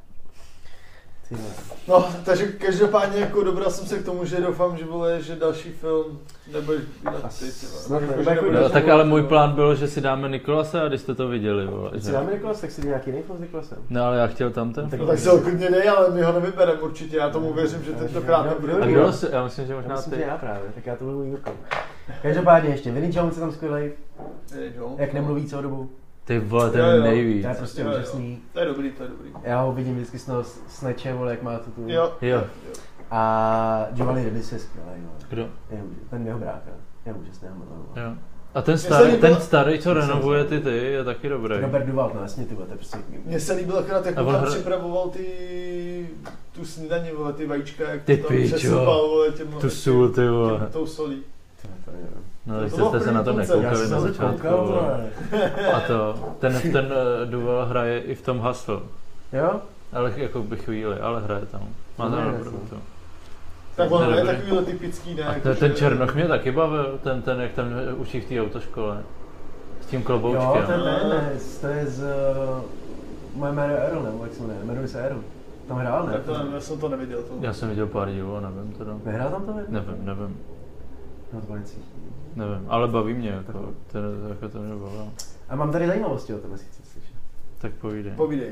Ty vole.
No, takže každopádně jako dobrá jsem se k tomu, že doufám, že vole, že další film nebudeš na ty, ty, vole.
Snad ne.
Jako, že
Tak
nebudeš
No, tak
vole,
ale
ty,
můj
vole.
plán byl, že si dáme Nikolase a když jste to viděli, vole.
Když
že-
si dáme Nikolas, tak si jde nějaký nejfos Nikolasem.
No ale já chtěl tam ten.
Tak-
No tak se ho klidně dej, ale my ho nevybereme určitě, já tomu věřím, že
Já
tentokrát
říkám,
nebude.
jo,
A
jo.
kdo si, já myslím, že
Já
možná
myslím,
ty.
že já právě, tak já to budu Jirkou. Každopádně ještě, Vinny Jones je tam skvělý, jak nemluví celou dobu,
Ty vole,
Jo,
ten
jo.
nejvíc.
to je prostě
Jo, jo.
úžasný.
To je dobrý, to je dobrý.
Já ho vidím vždycky s toho sneče, vole, jak má tu tu.
Jo.
Jo,
A Giovanni Ribis je skvělý, no.
kdo?
Je úž- Ten jeho brácha, je úžasný, já miluji.
Jo. A ten
se
starý,
líbilo-
ten starý, co renovuje ty ty, je taky dobrý.
Robert Duval, no jasně, ty vole, to je prostě...
Mně se líbilo akorát, jak
A
on
on
tam
hra-
připravoval ty, tu snídaní, vole, ty vajíčka, jak
Ty
to tam
pičo.
přesypal, vole, těm,
Tu sůl, ty
těm,
vole.
tou solí.
Ty vole, to nevím.
No,
to
když
bylo
jste se na to
první koncert.
Já
nekoukali
jsem
na
se to
začátku.
koukal,
vole.
vole.
A to, ten, ten eh, Duval hraje i v tom Hustle.
Jo?
Ale jako by chvíli, ale hraje tam. Má
To je
tam
jasný.
dobrou tu.
Tak on
To je
je
dobrý.
takovýhle typický, ne? jako
A ten,
jakože-
ten Černoch mě taky bavil, ten, ten jak tam eh, učí v té autoškole. S tím kloboučkem.
Jo, ten ne, ne, to je z... Uh, moje jméno je Errol, nebo jak se jmenuje, jmenuje se Errol. Tam hrál, ne?
Tak to ne, já jsem to neviděl. To.
Já jsem viděl pár dílů, nevím teda.
Nehrál tam to, ne?
Nevím, nevím,
No, to bylo něco jiného.
nevím, ale baví mě jako, ten, jako to mě bavilo.
A mám tady zajímavosti o tom, jestli chcete slyšet.
Tak povídej.
Povídej.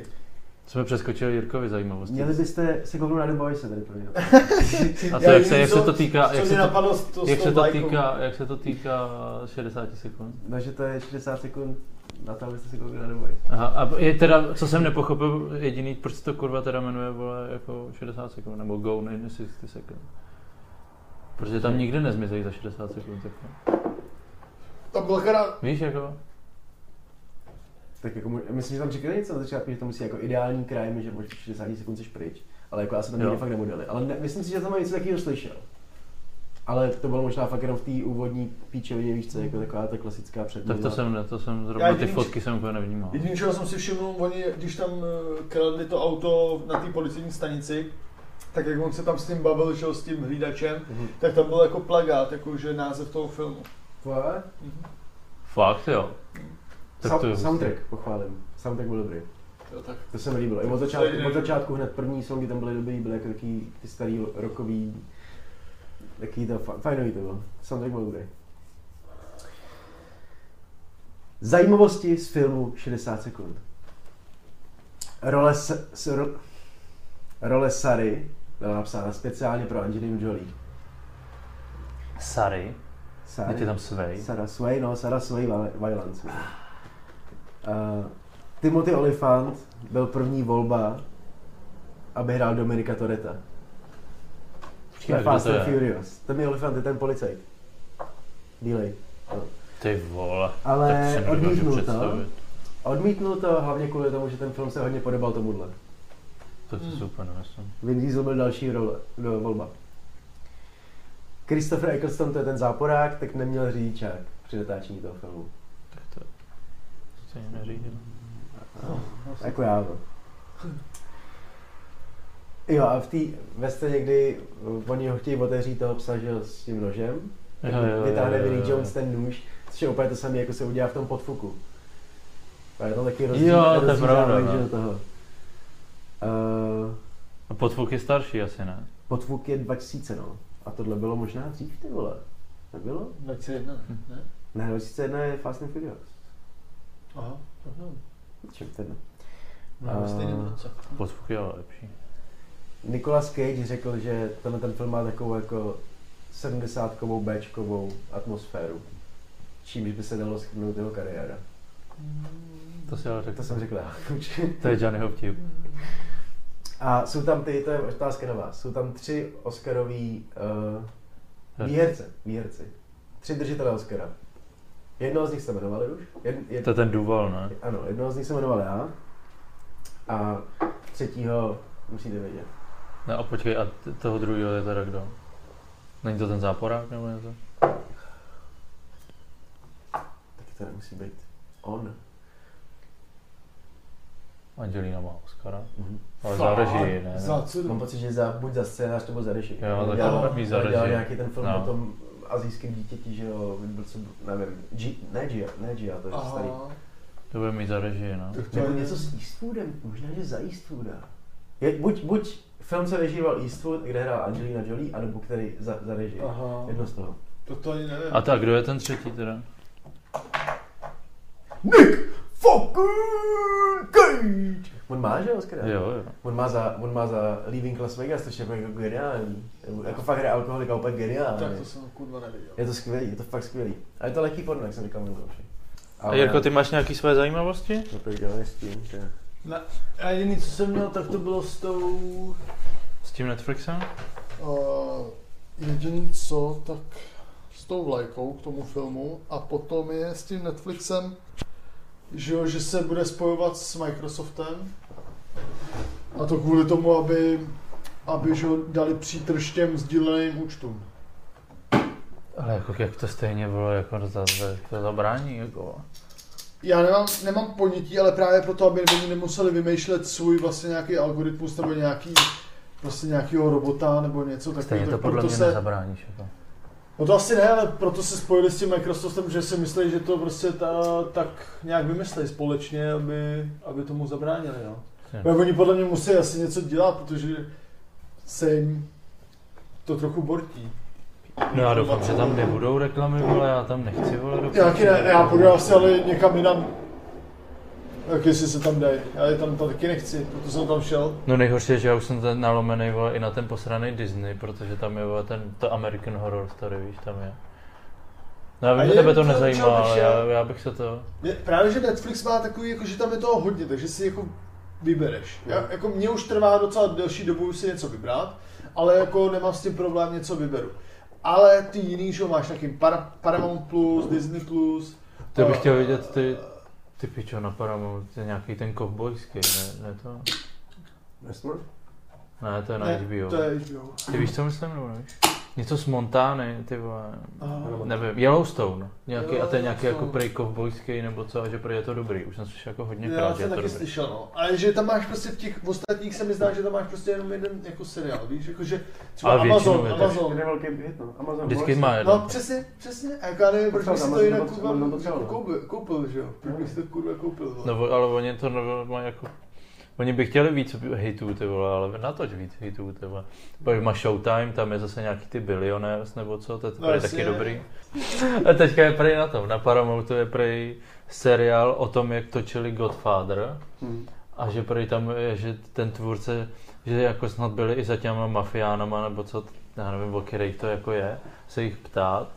Jsme přeskočili Jirkovi zajímavosti.
Měli byste si kouknout na The Boys tady pro něho.
A to,
Já
jak
jediný,
se, jak
co-
se to týká,
co
jak
mě
se to,
napadlo s to, s
jak
tou
se to
vlajkou.
týká, jak se to týká 60 sekund.
No, že to je 60 sekund na to, abyste si koukli na The Boys.
Aha, a je teda, co jsem nepochopil, jediný, proč se to kurva teda jmenuje, vole, jako 60 sekund, nebo go in 60 sekund. Protože tam nikdy nezmizí za 60 sekund. Jako.
To byl teda...
Víš, jako?
Tak jako, mu- myslím, že tam říkali něco na začátku, že to musí jako ideální crime, že po 60 sekund jsi pryč. ale jako já jsem tam
Jo.
nikdy fakt nemodlil. Ale ne, myslím si, že tam něco takového slyšel. Ale to bylo možná fakt jenom v té úvodní píčevině, víš co, jako taková ta klasická předmluva.
Tak to jsem, to jsem
Já
zrovna ty
jediný-
fotky jsem úplně nevnímal.
Jediný, čeho jsem si všiml, oni, když tam eh, kradli to auto na té policejní stanici, tak jak on se tam s tím bavil, že jo, s tím hlídačem,
Mhm.
tak tam byl jako plagát, jako že název toho filmu.
Fakt?
Mhm.
Fakt jo. Tak to je
Sou-
hustý.
Soundtrack, pochválím. Soundtrack byl dobrý.
Jo, tak.
To se mi líbilo. I od začátku, od začátku hned první songy tam byly dobrý, byly jako takový ty starý rockový, takový to fa- fajnový to bylo. Soundtrack byl dobrý. Zajímavosti z filmu 60 sekund. Role, s, s, ro, role Sary byla napsána speciálně pro Angelinu Jolie.
Sary,
Sary,
teď je tam Svej.
Sarah Sway, no, Sarah Sway Val- Vylance. Uh, Eh, Timothy Olyphant byl první volba, aby hrál Dominika Toreta.
Počkej,
Na
a kdo
Fast
to
and
je?
Furious. Timothy Olyphant je ten policajt. Dílej.
Ty vole.
Ale
tak si nedokážu
odmítnul to.
představit.
Odmítnul to hlavně kvůli tomu, že ten film se hodně podobal tomuhle.
To si
Hmm.
super nemyslím.
Vin Diesel byl další role, do, volba. Christopher Eccleston, to je ten záporák, tak neměl řidičák při natáčení toho filmu.
Tak to to se neřídil.
Jako já, no. Jo, a v té ve scéně, kdy uh, oni ho chtějí otevřít toho psa, že jo, s tím nožem, tak vytáhne Vinnie Jones ten nůž, což je úplně to samé, jako se udělá v tom podfuku. A je tam taky rozdíl,
Jo, to je
rozdíl
pravda,
zámek,
no.
že do toho. Uh,
A podfuk je starší asi, ne?
podfuk je 2000, no. A tohle bylo možná dřív, ty vole. Nebylo?
21, ne? ne?
Ne, 2001 je Fast and Furious.
Aha, tak no.
Ček ten.
Máme
A-
uh, stejném roce.
Podfuk je ale lepší.
Nicolas Cage řekl, že tenhle ten film má takovou jako 70-kovou Bčkovou atmosféru. Čímž by se dalo schrnout jeho kariéra.
Hmm.
To si ale řekl.
To jsem řekl já.
To je Johnnyho vtip.
A jsou tam ty, to je otázka na vás, jsou tam tři Oscarový uh, výherce, výherci. Tři držitele Oscara. Jednoho z nich jste jmenovali už? Jed, jed,
To je ten Duval, ne?
ano, jednoho z nich jsem jmenoval já. A třetího musíte vědět.
Ne, a počkej, a t- toho druhého je teda kdo? Není to ten záporák nebo něco?
Taky to nemusí být on.
Angelina má Oscara.
Mhm.
Ale za režii, ne?
Za co?
Mám pocit, že za, buď za scénář nebo za režii.
Jo,
On
tak
dělal-
to víc za
on dělal
režii.
nějaký ten film
No.
no. o tom azijském dítěti, že jo, byl co, nevím, G, ne Gia, ne Gia, to je starý.
Aha.
To bude mít za režii, no.
Tak to
Nebo
je-
něco s Eastwoodem, možná, že za Eastwooda. Je, buď, buď film se režíroval Eastwood, kde hrál Angelina Jolie, anebo který za, za režii.
Aha.
Jedno z toho.
To to ani nevím.
A tak, kdo je ten třetí teda?
Nick fucking Cage! On má, že Oscar?
Jo, jo.
On má za, on má za Leaving Las Vegas, což je fakt jako geniální. Jako fakt hraje alkoholika úplně geniální.
tak to jsem kurva neviděl.
Je to skvělý, je to fakt skvělý. A je to lehký porno, jak jsem říkal minule. už.
A Jirko, ty máš nějaký své zajímavosti?
No to děláme s tím, že...
A jediný, co jsem měl, tak to bylo s tou...
S tím Netflixem?
Uh, jediný co, tak s tou vlajkou k tomu filmu a potom je s tím Netflixem, že, jo, že se bude spojovat s Microsoftem a to kvůli tomu, aby, aby že jo, dali přítrž těm sdíleným účtům.
Ale jako jak to stejně bylo, jako za, za- to zabrání, jako.
Já nemám, nemám ponětí, ale právě proto, aby oni nemuseli vymýšlet svůj vlastně nějaký algoritmus nebo nějaký prostě nějakýho robota nebo něco
Stejně
takového.
to
tak
podle
proto
mě
Jako se-
nezabráníš, jako.
No to asi ne, ale proto se spojili s tím Microsoftem, že si myslí, že to prostě ta, tak nějak vymyslí společně, aby, aby tomu zabránili, no.
Jo.
Nebo oni podle mě musí asi něco dělat, protože se jim to trochu bortí.
No já doufám, že tam nebudou reklamy, vole, já tam nechci, vole, do
Já, taky ne, já půjdu asi ale někam jinam. Tak jestli se tam dají, já je tam taky nechci, proto jsem tam šel.
No nejhorší je, že já už jsem ten nalomený vole, i na ten posraný Disney, protože tam je vole, ten to American Horror Story, víš, tam je. No já
A
vím, že
je
tebe to
to
nezajímá,
docela
ale já,
šel.
já, bych se to...
Je, právě, že Netflix má takový, jako, že tam je toho hodně, takže si jako vybereš. Já, jako mě už trvá docela delší dobu si něco vybrat, ale jako nemám s tím problém, něco vyberu. Ale ty jiný, že jo, máš taky Par- Paramount+, Plus, Disney+, Plus. Eh,
To bych chtěl vidět ty, ty pičo na Paramount, ten nějaký ten kovbojský, ne, ne to?
Westworld?
Ne, to je na
Ne,
HBO.
To je HBO.
Ty víš, co myslím, nebo nevíš? Něco z Montány, ty vole,
Aha.
nevím, Yellowstone, nějaký, a to je nějaký jako
Yellowstone.
prej kovbojský nebo co, a že prý je to dobrý, už jsem slyšel jako
Já
hodněkrát, že je
jsem
to
taky
dobrý.
slyšel, no. Ale že tam máš prostě v těch ostatních se mi zdá, že tam máš prostě jenom jeden jako seriál, víš, jakože třeba
Ale většinou
Amazon,
je to-
Amazon.
je velký hit, no. Amazon
Vždycky
Voice.
má jeden.
No přesně, přesně, a jako já nevím, proč
Potřeba
bych si to
Amazon
jinak
nebo-
kurva
nebo potřeba, no.
koupil, koupil, že jo, proč bych si to kurva koupil, vole.
No, vo- ale oni to nebo- mají jako... Oni by chtěli víc hitů, ty vole, ale natoč víc hitů, ty vole. Pak má Showtime, tam je zase nějaký ty Billionaires nebo co, to je
No,
no,
jasně.
taky dobrý. A teďka je prej na tom, na Paramountu je prej seriál o tom, jak točili Godfather.
Hm.
A že prej tam je, že ten tvůrce, že jako snad byli i za těma mafiánama, nebo co, já nevím, o kterých to jako je, se jich ptát,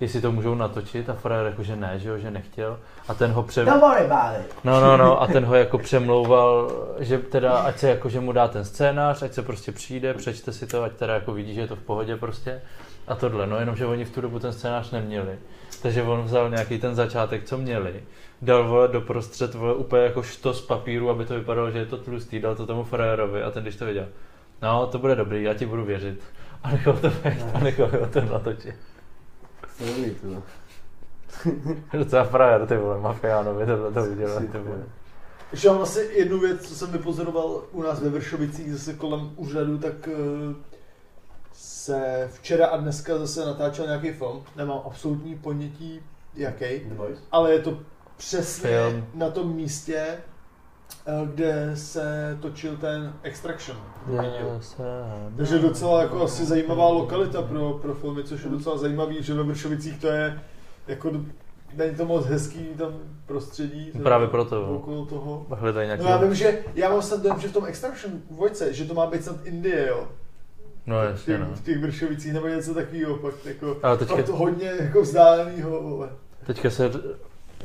jestli to můžou natočit a Frajer jako, že ne, že jo, že nechtěl. A ten ho přev...
Don't worry about it.
No, no, no, a ten ho jako přemlouval, že teda, ať se jako, že mu dá ten scénář, ať se prostě přijde, přečte si to, ať teda jako vidí, že je to v pohodě prostě. A tohle, no jenom, že oni v tu dobu ten scénář neměli. Takže on vzal nějaký ten začátek, co měli, dal vole doprostřed vole, úplně jako što z papíru, aby to vypadalo, že je to tlustý, dal to tomu frajerovi a ten když to viděl. No, to bude dobrý, já ti budu věřit. A nechal to být, a nechal ho to natočit.
Silný, ty no.
Docela frajer, ty vole, mafiánovi tohle to udělal, ty vole.
Ještě mám asi jednu věc, co jsem vypozoroval u nás ve Vršovicích, zase kolem úřadu, tak eh, se včera a dneska zase natáčel nějaký film. Nemám absolutní ponětí, jaký,
The Boys.
ale je to přesně
Film.
na tom místě, eh, kde se točil ten Extraction. Takže docela jako asi zajímavá lokalita pro, pro filmy, což je docela zajímavý, že ve Vršovicích to je jako není to moc hezký tam prostředí. to je
Právě proto, jo.
Okolo toho.
Hledají nějaký...
No já vím, že já mám snad dojem, že v tom Extraction dvojce, že to má být snad Indie, jo.
No
V
jasně,
těch,
no.
v těch Vršovicích nebo něco takového, fakt jako.
Ale teďka-
fakt hodně jako vzdáleného, vole.
Teďka se r-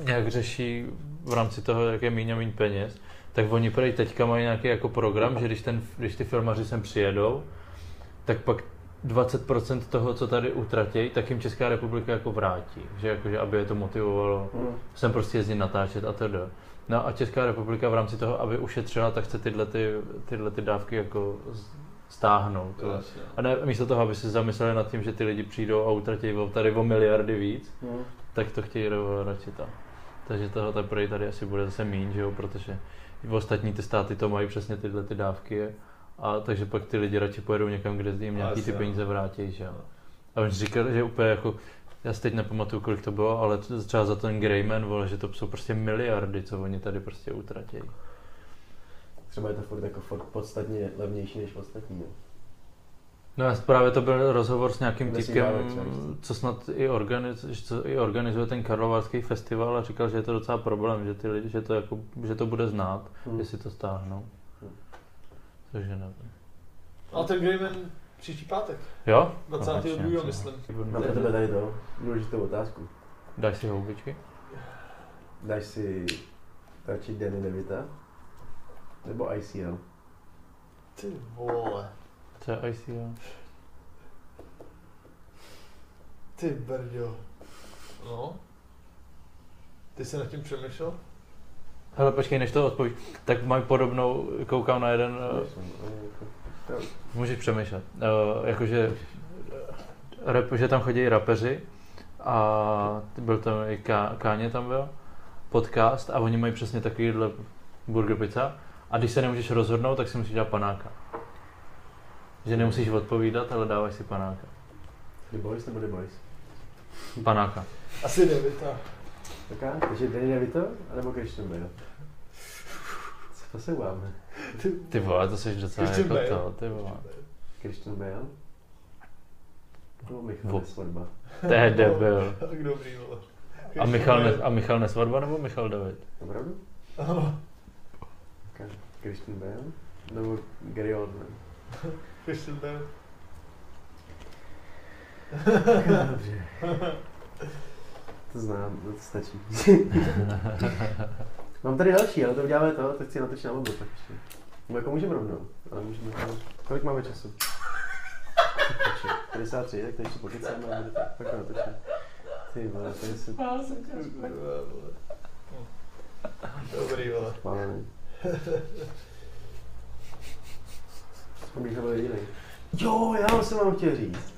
nějak řeší v rámci toho, jak je míň a míň peněz, tak oni prej teďka mají nějaký jako program, že když, ten, když ty filmaři sem přijedou, tak pak 20% toho, co tady utratí, tak jim Česká republika jako vrátí. Že jakože, aby je to motivovalo
Hm.
sem prostě jezdit natáčet a tedy. No a Česká republika v rámci toho, aby ušetřila, tak chce tyhle, ty, tyhle ty dávky jako z- stáhnout. A ne, místo toho, aby se zamysleli nad tím, že ty lidi přijdou a utratí o- tady o miliardy víc,
Hm.
tak to chtějí ro- radši tam. Takže tohle ta prej tady asi bude zase míň, že jo, protože v ostatní ty státy to mají přesně tyhle ty dávky. A takže pak ty lidi radši pojedou někam, kde jim nějaký ty
Asi, no.
peníze vrátí, že jo. A on říkal, že úplně jako, já si teď nepamatuju, kolik to bylo, ale t- třeba za ten Greyman, vole, že to jsou prostě miliardy, co oni tady prostě utratí.
Třeba je to furt jako furt podstatně levnější než ostatní. No.
No a právě to byl rozhovor s nějakým
Kde si
typem,
dávek třeba místo?
co snad i, organiz, co i organizuje ten Karlovarský festival a říkal, že je to docela problém, že ty lidi, že to, jako, že to bude znát,
Hm.
jestli to stáhnou.
Hm.
Takže nevím.
Ale ten Greyman příští pátek,
Jo?
22.
Konečně, co?
myslím.
Mám No, pro tebe tady to, důležitou otázku.
Dáš si houbičky?
Dáš si radši Danny Nevita? Nebo ICL?
Ty vole,
Co je ICO?
ty brďo. No. Ty jsi nad tím přemýšlel?
Hele, počkej, než to odpovíš, tak mají podobnou, koukám na jeden, eh, Můžeš přemýšlet. Uh, jakože eh, rap, že tam chodí rapeři a byl tam i Ká, Káně tam byl, podcast a oni mají přesně takovýhle burger pizza a když se nemůžeš rozhodnout, tak si musíš dát panáka. Že nemusíš odpovídat, ale dáváš si panáka.
The Boys nebo The Boys?
Panáka.
Asi Devita.
Taká? Takže Danny Nevito? A nebo Christian Bale? Co se máme?
Ty vole, to jsi docela
Christian
jako
Bale.
to, ty vole.
Christian Bale? Nebo Michal
Vo-
Nesvorba?
To je debil.
Tak dobrý, vole.
A Michal, ne, a Michal Nesvadba nebo Michal David?
Opravdu?
Ano,
Ka- Christian Bale? Nebo Gary Oldman?
Christian Bale.
Dobře. To znám, no to stačí. Mám tady další, ale to uděláme to, to chci natočit na mobil pak ještě. No jako můžeme rovnou, ale můžeme rovnou. Kolik máme času? Piči, 53, tak to ještě pokecáme a bude to- pak to natočíme. Ty vole, to je si...
Dobrý, vole.
Máme. Když to bude byl jediný. Jo, já jsem vám chtěl říct.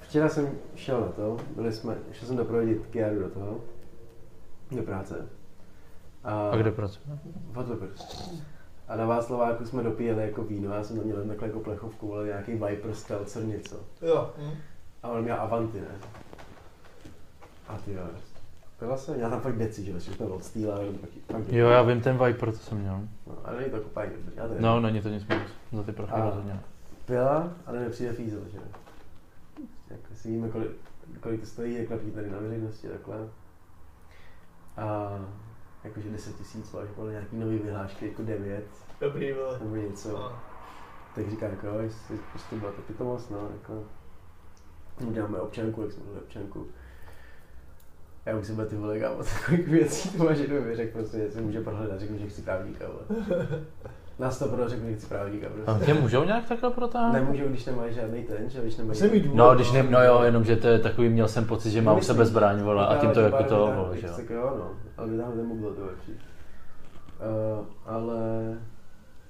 Včera jsem šel na to, byli jsme, šel jsem doprovodit Kiaru do toho, do práce.
A kde pracuje?
V Hotlbergu. A na Václaváku jsme dopíjeli jako víno, já jsem tam měl takhle jako plechovku, ale nějaký Viper Stelcer něco.
Jo. Hm.
A on měl Avanti, ne? A ty jo. Byla jsem, měla tam fakt deci, že jo, že jsme odstýla, ale pak, pak
Jo, já vím ten Viper, to jsem měl.
No, ale není to kopání, dobrý, já to nevím.
No, není to nic moc. Za ty prachy
A-
rozhodně.
Byla, ale nepřijde fízel, že jo. Jako si víme, kolik, kolik to stojí, jak napít tady na veřejnosti, takhle. A jakože 10 tisíc, ale že podle nějaký nový vyhlášky, jako 9
Dobrý, vole. No,
nebo něco. Tak říká, jako, jo, jestli prostě byla to pitomost, no, jako. Mu dáme občanku, jak jsme měli občanku. Já už jsem byl ty vole, kámo, takových věcí, to máš jednou mi řekl, prostě něco může prohledat, řeknu, že chci právníka, vole. Na 100 řeknu, že chci právníka,
A
prostě.
tě můžou nějak takhle protáhnout?
Nemůžou, když nemají žádný ten, že když nemají...
Musím mít
No, když ne, no jo, jenom že to je takový, měl jsem pocit, že má u
Myslím,
sebe zbraň, vole, a tím to jako to,
vytáhl-
vole, že jo.
Tak jo, no, ale vytáhl demo bylo to lepší. Uh, ale...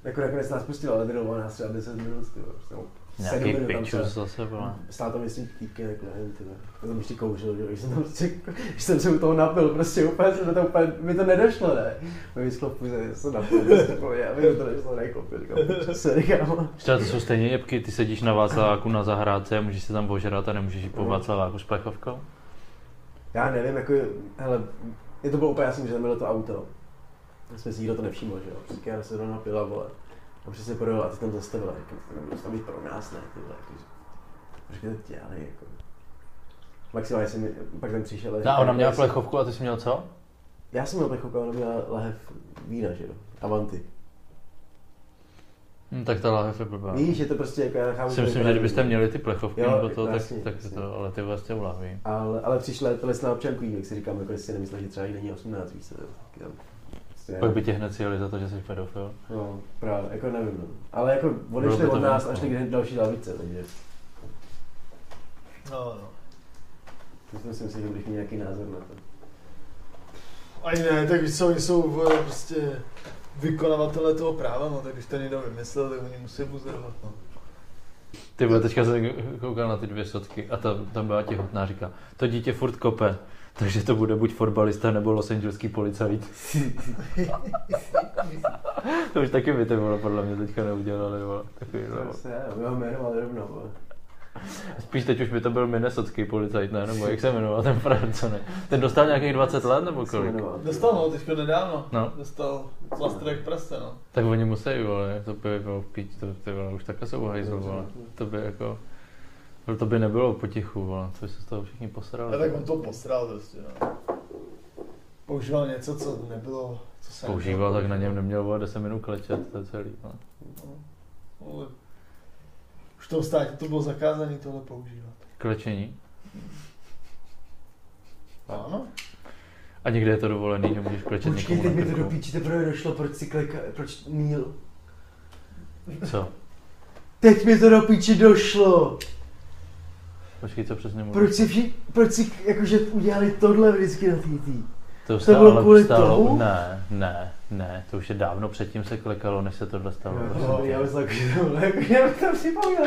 Jako nakonec nás pustil, ale drilo nás třeba 10 minut, ty vole, prostě, nebo sedm
Nějaký
minut tam
pičus
třeba.
zase, vole.
Stál tam jestli týpky, tak nevím, ty vole. Já jsem ještě kouřil, že jo, když jsem tam prostě, když jsem se u toho napil, prostě úplně jsem do toho úplně, mi to nedošlo, ne. Mi vysklo v puze, já jsem napil, prostě, po mě, a mi to nedošlo, nekoupil, říkám, "Pičo, sorry, kámo.
Třeba to jsou stejně jebky, ty sedíš na Václaváku na zahrádce a můžeš se tam ožrat a nemůžeš jít po
Mm.
Václaváku s plechovkou.
Já nevím, jako, hele, je to bylo úplně jasný, že tam bylo to auto. Já jsme si jí do to nevšiml, že jo. Prostě já se zrovna pila, vole. A přesně projela a ty tam zastavila, jako, to nebylo tam být pro nás, ne, ty vole, jako, řekněte tě, ale jako. Maximálně jsem, pak tam přišel.
No a ona měla
jestli-
plechovku a ty jsi měl co?
Já jsem měl plechovku, a ona měla lahev vína, že jo. Avanty.
Hm, tak ta lahev je blbá.
Víš, je to prostě jako, já chápu.
Si myslím, že
vypadá
kdybyste
divně.
měli ty plechovky
Jo,
nebo to, tak,
jasně,
tak se
jasně.
to, ale ty vlastně ulahví.
Ale, ale přišla to lesná občanku, jak si říkám, jako jestli si nemyslel, že třeba jí není 18, víš co, to je taky tam. Prostě
Pak
ne.
by tě hned sjeli za to, že jsi pedofil.
No, právě, jako nevím, no. Ale jako
Bylo by
odešli
No, to
od nás
venku.
a šli k další lavice, takže
No, no.
to jsem si myslel, že budeš mít nějaký názor na to.
Ani ne, tak víš co, oni jsou vole, prostě vykonavatele toho práva, no, tak když to někdo vymyslel, tak oni musí buzerovat, no.
Ty vole, teďka jsem koukal na ty dvě sotky a ta, tam byla těhotná, říká, to dítě furt kope, takže to bude buď fotbalista nebo Los Angeleský policajt. to už taky by to bylo, podle mě teďka neudělali, vole. Takový,
To
vole.
se, já, my ho jmenovali rovnou, vole.
Spíš teď už by to byl minnesotský policajt, ne? Nebo jak se jmenoval ten frajer, co ne? Ten dostal nějakých 20 let nebo
Jak se
kolik?
jmenoval?
Dostal, no, teďko nedávno.
No.
Dostal plastrek prase, no.
Tak oni musí, vole, to by bylo v píč, to, ty vole, už takhle jsou hajzl, vole. To by jako, to by nebylo potichu, vole, to by se z toho všichni posrali.
A tak on to posral prostě, no. Používal něco, co nebylo, co se
Používal,
nemělo
tak na něm
používat.
neměl vole, 10 minut klečet, to je celý. No.
No, ale Už v tom státě to bylo zakázané tohle používat.
Klečení.
Ano?
A někde je to dovolený, že můžeš klečet
Počkej, teď
někomu na
mi to
krku.
do píči teprve došlo, proč si kleka, proč Neil.
Co?
Teď mi to do píči došlo!
Počkej, co přesně mluvíš?
Proč si vši, proč si jakože udělali tohle vždycky na TT?
To,
bylo
stálo,
kvůli
stálo,
tomu?
Ne, ne, ne, to už je dávno předtím se klekalo, než se tohle stalo.
No,
prosím tě.
já myslím, že to bylo, jako, já bych to připomněl.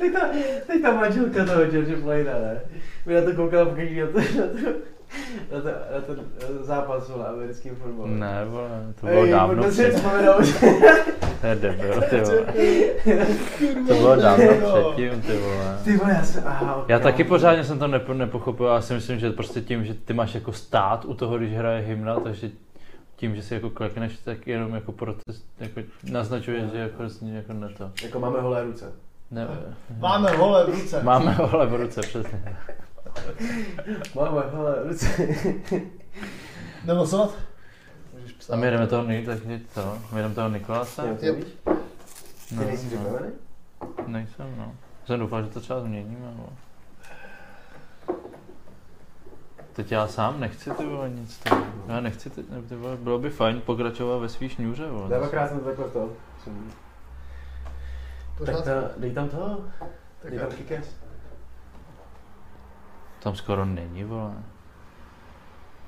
Teď ta, teď ta manželka toho George Floyda, ne? By na to koukala, pokud na to, na to, na to, na to zápas vole, americkým fotbalem.
Ne, vole, to bylo dávno
to si
předtím.
vzpomenout.
To je debil, ty vole. To bylo dávno předtím, ty vole.
Ty vole, já jsem, aha, ok.
Já taky pořádně jsem to nepo, nepochopil, já si myslím, že prostě tím, že ty máš jako stát u toho, když hraje hymna, takže tím, že si jako klekneš, tak jenom jako protest, jako naznačuje, že jako, s ní jako ne to.
Jako máme holé ruce.
Ne,
Máme holé v ruce.
Máme vole v ruce, přesně.
Máme holé ruce.
Nebo snad? Můžeš psát.
A my jdeme toho, Ni- tak je to, my jdeme toho Nikolase?
Jo, ty víš?
No,
Ty nejsi
no,
připravený?
nejsem, no. Jsem doufal, že to třeba změníme, ale... Teď já sám nechci, ty vole, nic tam. Já nechci, ty, ne, ty vole, bylo by fajn pokračovat ve svý šňůře, vole.
Dvakrát jsem to takhle to. jsem- Tak
Pořád?
ta, dej tam to,
Tak
dej
já-
tam kikes.
Tam skoro není, vole.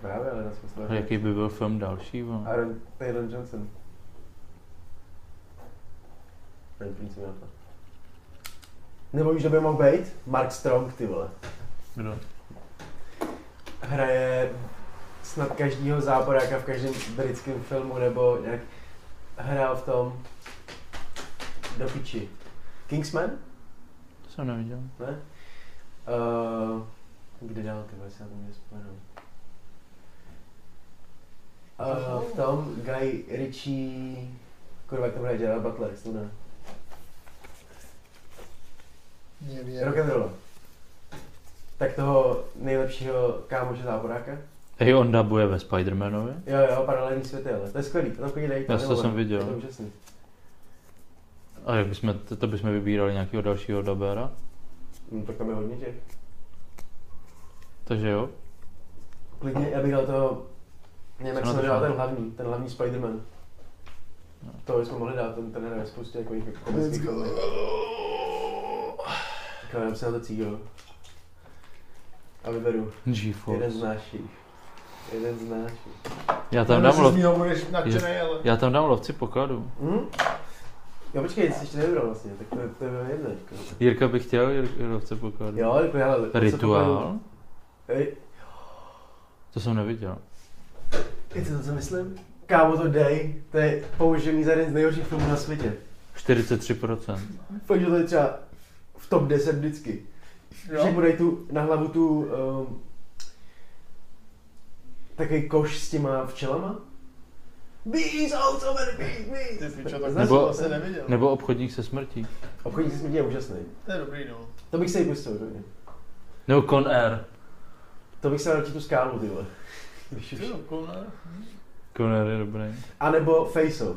Právě, ale na smysl.
Jaký by byl film další, vole?
Aaron Taylor Johnson. Nevím, proč jsem měl to. Nebo víš, kdo by mohl být? Mark Strong, ty vole.
Kdo?
Hraje snad každýho záporáka v každém britském filmu, nebo nějak hrál v tom do piči. Kingsman?
To jsem neviděl.
Ne? Uh, kde dál ty vole, si na to mě vzpomenu. Uh, v tom Guy Ritchie, kurva, jak to hraje Gerard Butler, jak se to jmenuje?
Nevím.
Rock and roll. Tak toho nejlepšího kámoše záporáka.
Hej, on dabuje ve Spider-Manovi.
Jo, jo, paralelní světy, ale to je skvělý, to tam chodí dejte.
Já si to jsem viděl.
To je úžasný.
A jak bychom, to, to bychom vybírali nějakého dalšího dabéra.
No, tak tam je hodně těch.
Takže jo.
Klidně, já bych dal toho, nevím, jak
Co
se
na to
jmenoval ten
šlo?
hlavní, ten hlavní Spider-Man.
No.
To bychom mohli dát, ten, ten hraje spoustě takových
Let's
komických.
go.
Tak já jsem na to cíl. A vyberu jeden z
G4.
našich. Jeden z našich.
Já
Já
tam dám lov...
Z něho budeš nadšenej, ale...
Já tam dám lovci pokladu.
Hm? Jo, počkej, jsi ještě nevybral vlastně, tak to, to je jedno. teďko.
Jirka by chtěl Jir- lovce pokladu.
Jo, jako já, ale...
Rituál?
Ej,
To jsem neviděl.
Víte, co, co myslím? Kámo, to dej, to je použený za jeden z nejhorších filmů na světě.
43%.
Fakt, že to je třeba v top 10 vždycky. Že mu dají tu, na hlavu tu, um, takový koš s těma včelama. Bees out so many bees,
Ty
bees.
pičo, tak
Znáš
jsem
Nebo-
to asi neviděl.
Nebo obchodník se smrtí.
Obchodník se smrti je úžasný.
To je dobrý, no.
To bych se jí pustil, rozhodně.
Nebo Con Air.
To bych se radil tu skálu, ty vole. Když už.
Ty jo, Conner.
Con Air je dobrý.
A nebo Face Off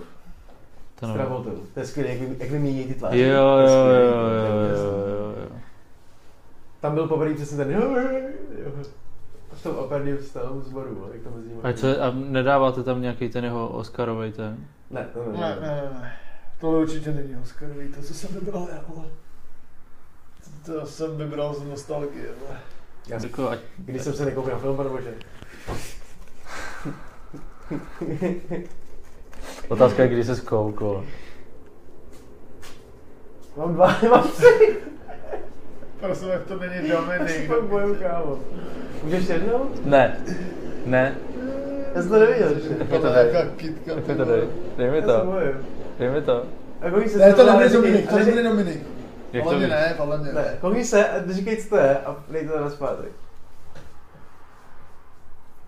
To
s
nevím.
Travoltou. To je skvělé, jak, vy- jak vymění ty
Jo,
tváře.
jo,
To je
jo,
skvělý,
jo,
to je
jo,
úžasný.
jo, jo.
Tam byl poprvé přesně ten v tom operním stavu zboru, ale jak to mezi nimi.
A, co, je- a nedáváte tam nějaký ten jeho Oscarový ten?
Ne, to ne,
Ne,
ne.
ne, ne, ne. Tohle určitě není Oscarový, to, co jsem vybral já, vole. To, to jsem vybral z nostalgie, vole.
Já, jsem-
Jako, ať,
když jsem se nekoupil na film, pane bože.
otázka je, kdy se skoukol.
Mám dva, mám tři,
Prosím, jak to není
já se
Dominik.
fakt bojím, kámo. Můžeš jednou?
Ne, ne.
Já jsem to neviděl ještě.
Je to taková kytka.
To to dej. Dej mi
Já se
to,
bojím.
dej mi to.
A koukni se
Ne,
se
to
na-
nebyl
neříkej-
Dominik, to
neříkej-
nebyl Dominik.
Jak
Podle
to
mě
víš?
ne, podle mě
Ne,
ne.
koukni se a říkej, co to je a dejte to na zpátek.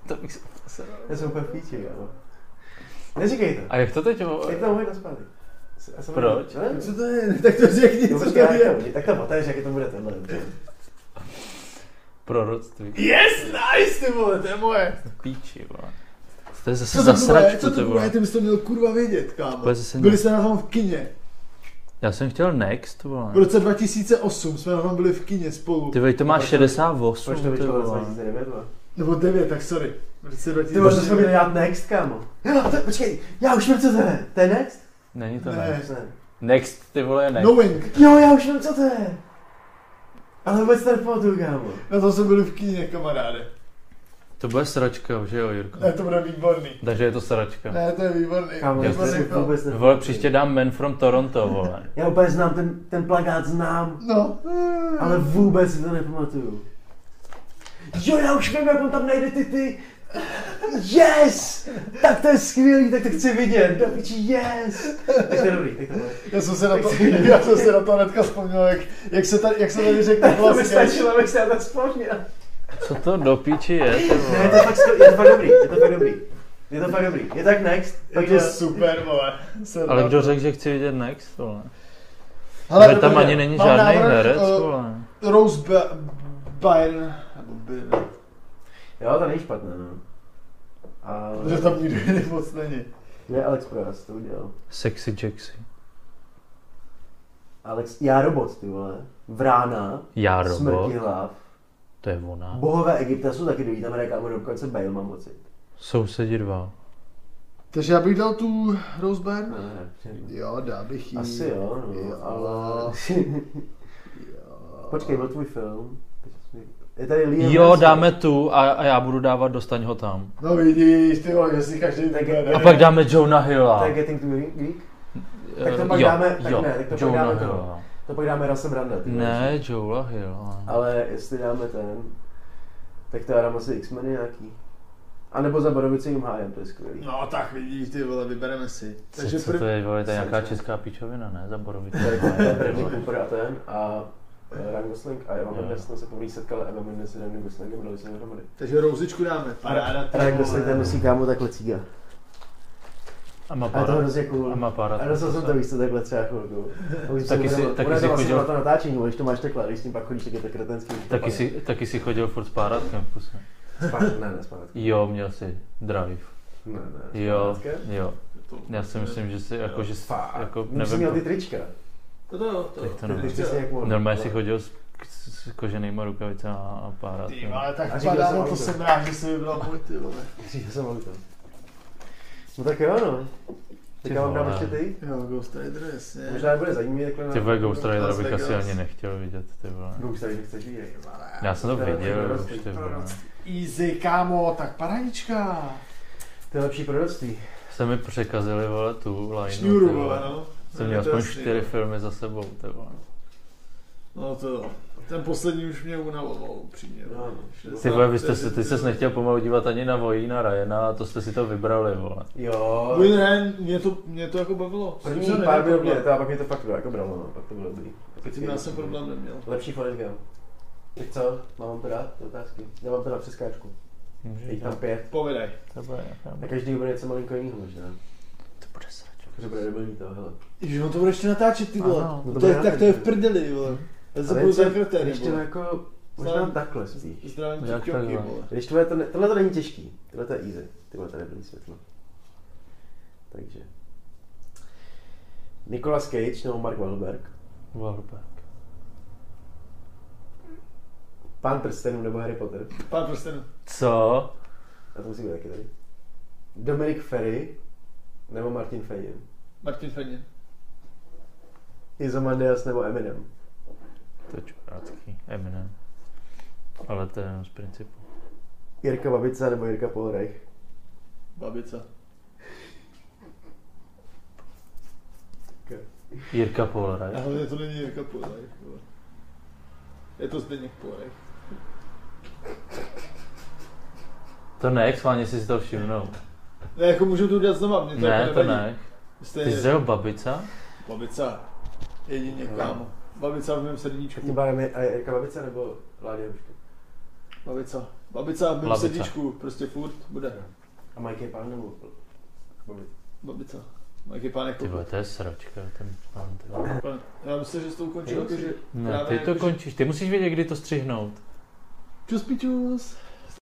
To bych se...
Já jsem úplně v píči, kámo. Neříkej to.
A jak to teď? o-
Dejte to můj na zpátek. Já jsem-
Proč?
Já nevím.
Co to je? Tak to řekni,
No,
co to
počkej,
je.
jak to- tak to otevřeš, jaký to bude tohle.
Proroctví.
Yes, nice, ty vole, to je moje.
Píči, vole. To je zase
Co to bude?
zasračku,
Co
ty
to bude?
vole.
Ty bys to měl kurva vědět, kámo.
Vůbec zase
Byli
nic.
jsme na tom v kině.
Já jsem chtěl Next, vole.
V roce 2008 jsme na tom byli v kině spolu.
Ty vole, to má
Proč to-
68,
Proč to
ty
vyšlo v roce
vole.
2009, vole?
Nebo 9, tak sorry. V roce
Ty vole, to
2008.
jsme měli dát next, kámo. Jo, to, počkej, já už vím, co to je. To je next?
Není to
Ne. No-
Next.
Ne.
Next, ty vole, je Next.
Knowing.
Jo, já už vím, co to je. Ale vůbec to nepamatuju, kámo.
Na to jsme byli v kině, kamaráde.
To bude sračka, že jo, Jirko?
Ne, to bude výborný.
Takže je to sračka.
Ne, to je výborný.
Kámo, já to
výborný
si
film.
vůbec nepamatuju.
Vole, příště dám Man from Toronto, vole.
Já úplně znám, no, ten, ten plakát znám,
No.
ale vůbec si to nepamatuju. Jo, já už vím, jak on tam najde ty ty. Yes! Tak to je skvělý, tak to chci vidět. Do piči, yes! Tak to je dobrý, tak to bude.
Já jsem se na to, já jsem se na to hnedka vzpomněl, jak, jak se tady, jak se tady řekne
To by
vlastně.
stačilo, abych se na to vzpomněl.
Co to do píči je, ty
Ne, je
vole?
to fakt, skvěl- je to fakt dobrý, je to fakt dobrý. Je to fakt dobrý. Je tak next,
Tak
takže...
je super, vole. Jsem
Ale
na-
kdo řekl, že chci vidět Next, vole?
Hele,
Ale tam
dobrý,
ani není
mám
žádný
návrh,
herec,
eh,
vole.
Rose Ba- Byrne, nebo Byrne,
Jo, to není špatné, no. Ale...
protože tam nikdo jiný moc není.
Ne, Alex Proyas to udělal.
Sexy Jaxy.
Alex, já robot, ty vole. Vrána,
Já robot.
smrtihlav.
To je ona.
Bohové Egypta jsou taky dobrý, tam hraje kámo dokonce Bale, mám pocit.
Sousedi dva.
Takže já bych dal tu Rose Byrne.
Ne, ne, ne.
Jo, dá bych jí.
Asi jo,
Jo.
no, ale... Počkej, byl tvůj film. Je tady Liam
Jo,
Neeson.
dáme tu a, a já budu dávat, dostaň ho tam.
No vidíš, ty vole, že si každý
Tak-
vybere.
A pak dáme Johna Hilla.
To je Getting to Greek?
Eh,
tak to pak
jo,
dáme- tak
jo,
ne, tak to pak
Johna
dáme to.
Hilla.
To pak dáme Rasem Randa. ty vole, že?
Ne, Joe Lahill. ale-
Ale jestli dáme ten, tak to já dám asi X-Men nějaký. A nebo za Borovicím hájem, to je skvělý.
No tak vidíš, ty vole, vybereme si.
Co, co to je, vole, to je nějaká
Srdce.
česká píčovina, ne? Zaborovice.
To je jako Bradley Cooper a ten a eh, Ryan Gosling a Eva Mendes jsme se poprvé setkali, Eva Mendes s Ryanem Goslingem, dali se dohromady.
Takže rouzičku dáme. Paráda, ty
Ryan
vole.
Gosling ten nosí kámo takhle cíga.
A má
A je to
pár.
hrozně cool.
A má pár.
A dostal jsem to víc takhle třeba chvilku. A už jsem
Taky
to
si-
nebyl-
taky
ono je
si
to vlastně
chodil-
na to natáčení, ale když to máš takhle, když s tím pak chodíš, tak je to kretenský.
Taky si, taky si chodil furt s párátkem v puse.
Spát, ne, ne, spát.
Jo, měl si drive.
Ne, ne,
Jo,
spát.
jo. Já si myslím, že si jako, že jsi,
Fakt.
jako
Už jsi měl ty
nevím,
trička.
To to jo, to
jak
jo.
to
Ty
nevím.
jsi jak mohl.
Normálně si chodil s, s, s koženýma rukavicama a
Ty
párátkem.
vole,
A
tak
říkal jsem
paráda,
auto.
to jsem rád, že jsi vybral můj, ty vole.
Říkal jsem auto. No tak jo, no. Tak
Ty
já vám dám
vole.
ještě ty.
Jo, Ghost Rider, jasně.
Možná nebude zajímavý takhle na...
Ty vole, Ghost Rider
Las
bych asi
Vegas.
ani nechtěl vidět, ty vole.
Ghost Rider chceš vidět.
Já jsem to
To je
viděl
prostě
už, ty vole.
Easy, kámo, tak parádička.
To je lepší proroctví.
Se mi překazili, vole, tu lineu,
Šňůru,
ty
vole, no.
Jsem
No,
měl
to
aspoň
jasný,
čtyři
no.
filmy za sebou, ty vole.
No to jo. Ten poslední už mě unavoval, upřímně.
No, no.
Ty vole, vy jste se, ty ses nechtěl pomalu dívat ani na Vojína Ryana a to jste si to vybrali, vole.
Jo.
Win Ren, mě to, mě to jako bavilo.
První
Jsem
pár
neměl
byl
problém.
mě, to a pak mi to fakt bylo, jako bralo, no, pak to bylo dobrý.
S tím já jsem problém neměl.
Lepší Forrest Gump. Tak co, mám vám to dát, ty otázky? Já mám to na přeskáčku. Je jich tam pět.
Povídej.
To bude nějaká...
A každý bude něco malinko jiného možná.
To bude sračka.
Takže bude debilní to, hele.
Že on to bude ještě natáčet, ty vole.
Ano,
no
to
to
je,
bude
tak to je v
natáčet.
prdeli, vole.
Mhm.
Já se
Ale
budu
něco-
zakrté,
Ještě
nebo...
jako, možná
Sám-
takhle spíš.
Zdravím
No, Jak
tě, ťoky,
takhle?
vole.
Když tohle, to ne, tohle to není těžký, tohle to je easy, tyhle to nebylo světlo. Takže. Nicolas Cage nebo Mark Wahlberg,
Warback.
Pán prstenů nebo Harry Potter,
Pán prstenů.
Co?
a to musí být taky tady. Dominic Ferry nebo Martin Fejen,
Martin Fenin.
Izomandias nebo Eminem.
To je čurácký. Eminem. Ale to je jenom z principu.
Jirka Babica nebo Jirka Polreich.
Babica.
Jirka Polraj.
A hlavně to není Jirka Polaj. Je to Zdeněk Polaj.
To ne, schválně si to všimnou.
Ne, jako můžu to udělat znova, mě to
Ne,
jako
to
nevadí.
ne.
Jste
Ty jsi jeho babica?
Babica. Jedině
No.
kámo. Babica v mém
Tak tím
srdíčku.
pádem je a Jirka Babica nebo Láďa Ruška.
Babica. Babica v mém
Labica.
srdíčku. Prostě furt bude.
A Mike je pán nebo Babica.
Babica. Jaký pánek
Ty vole, to je sračka, ten pán. ty vole.
Já myslím, že jsi to ukončil,
Jo,
takže...
Ne,
Právě
ty to
jakože-
končíš, ty musíš vědět, kdy to střihnout.
Čus pičus.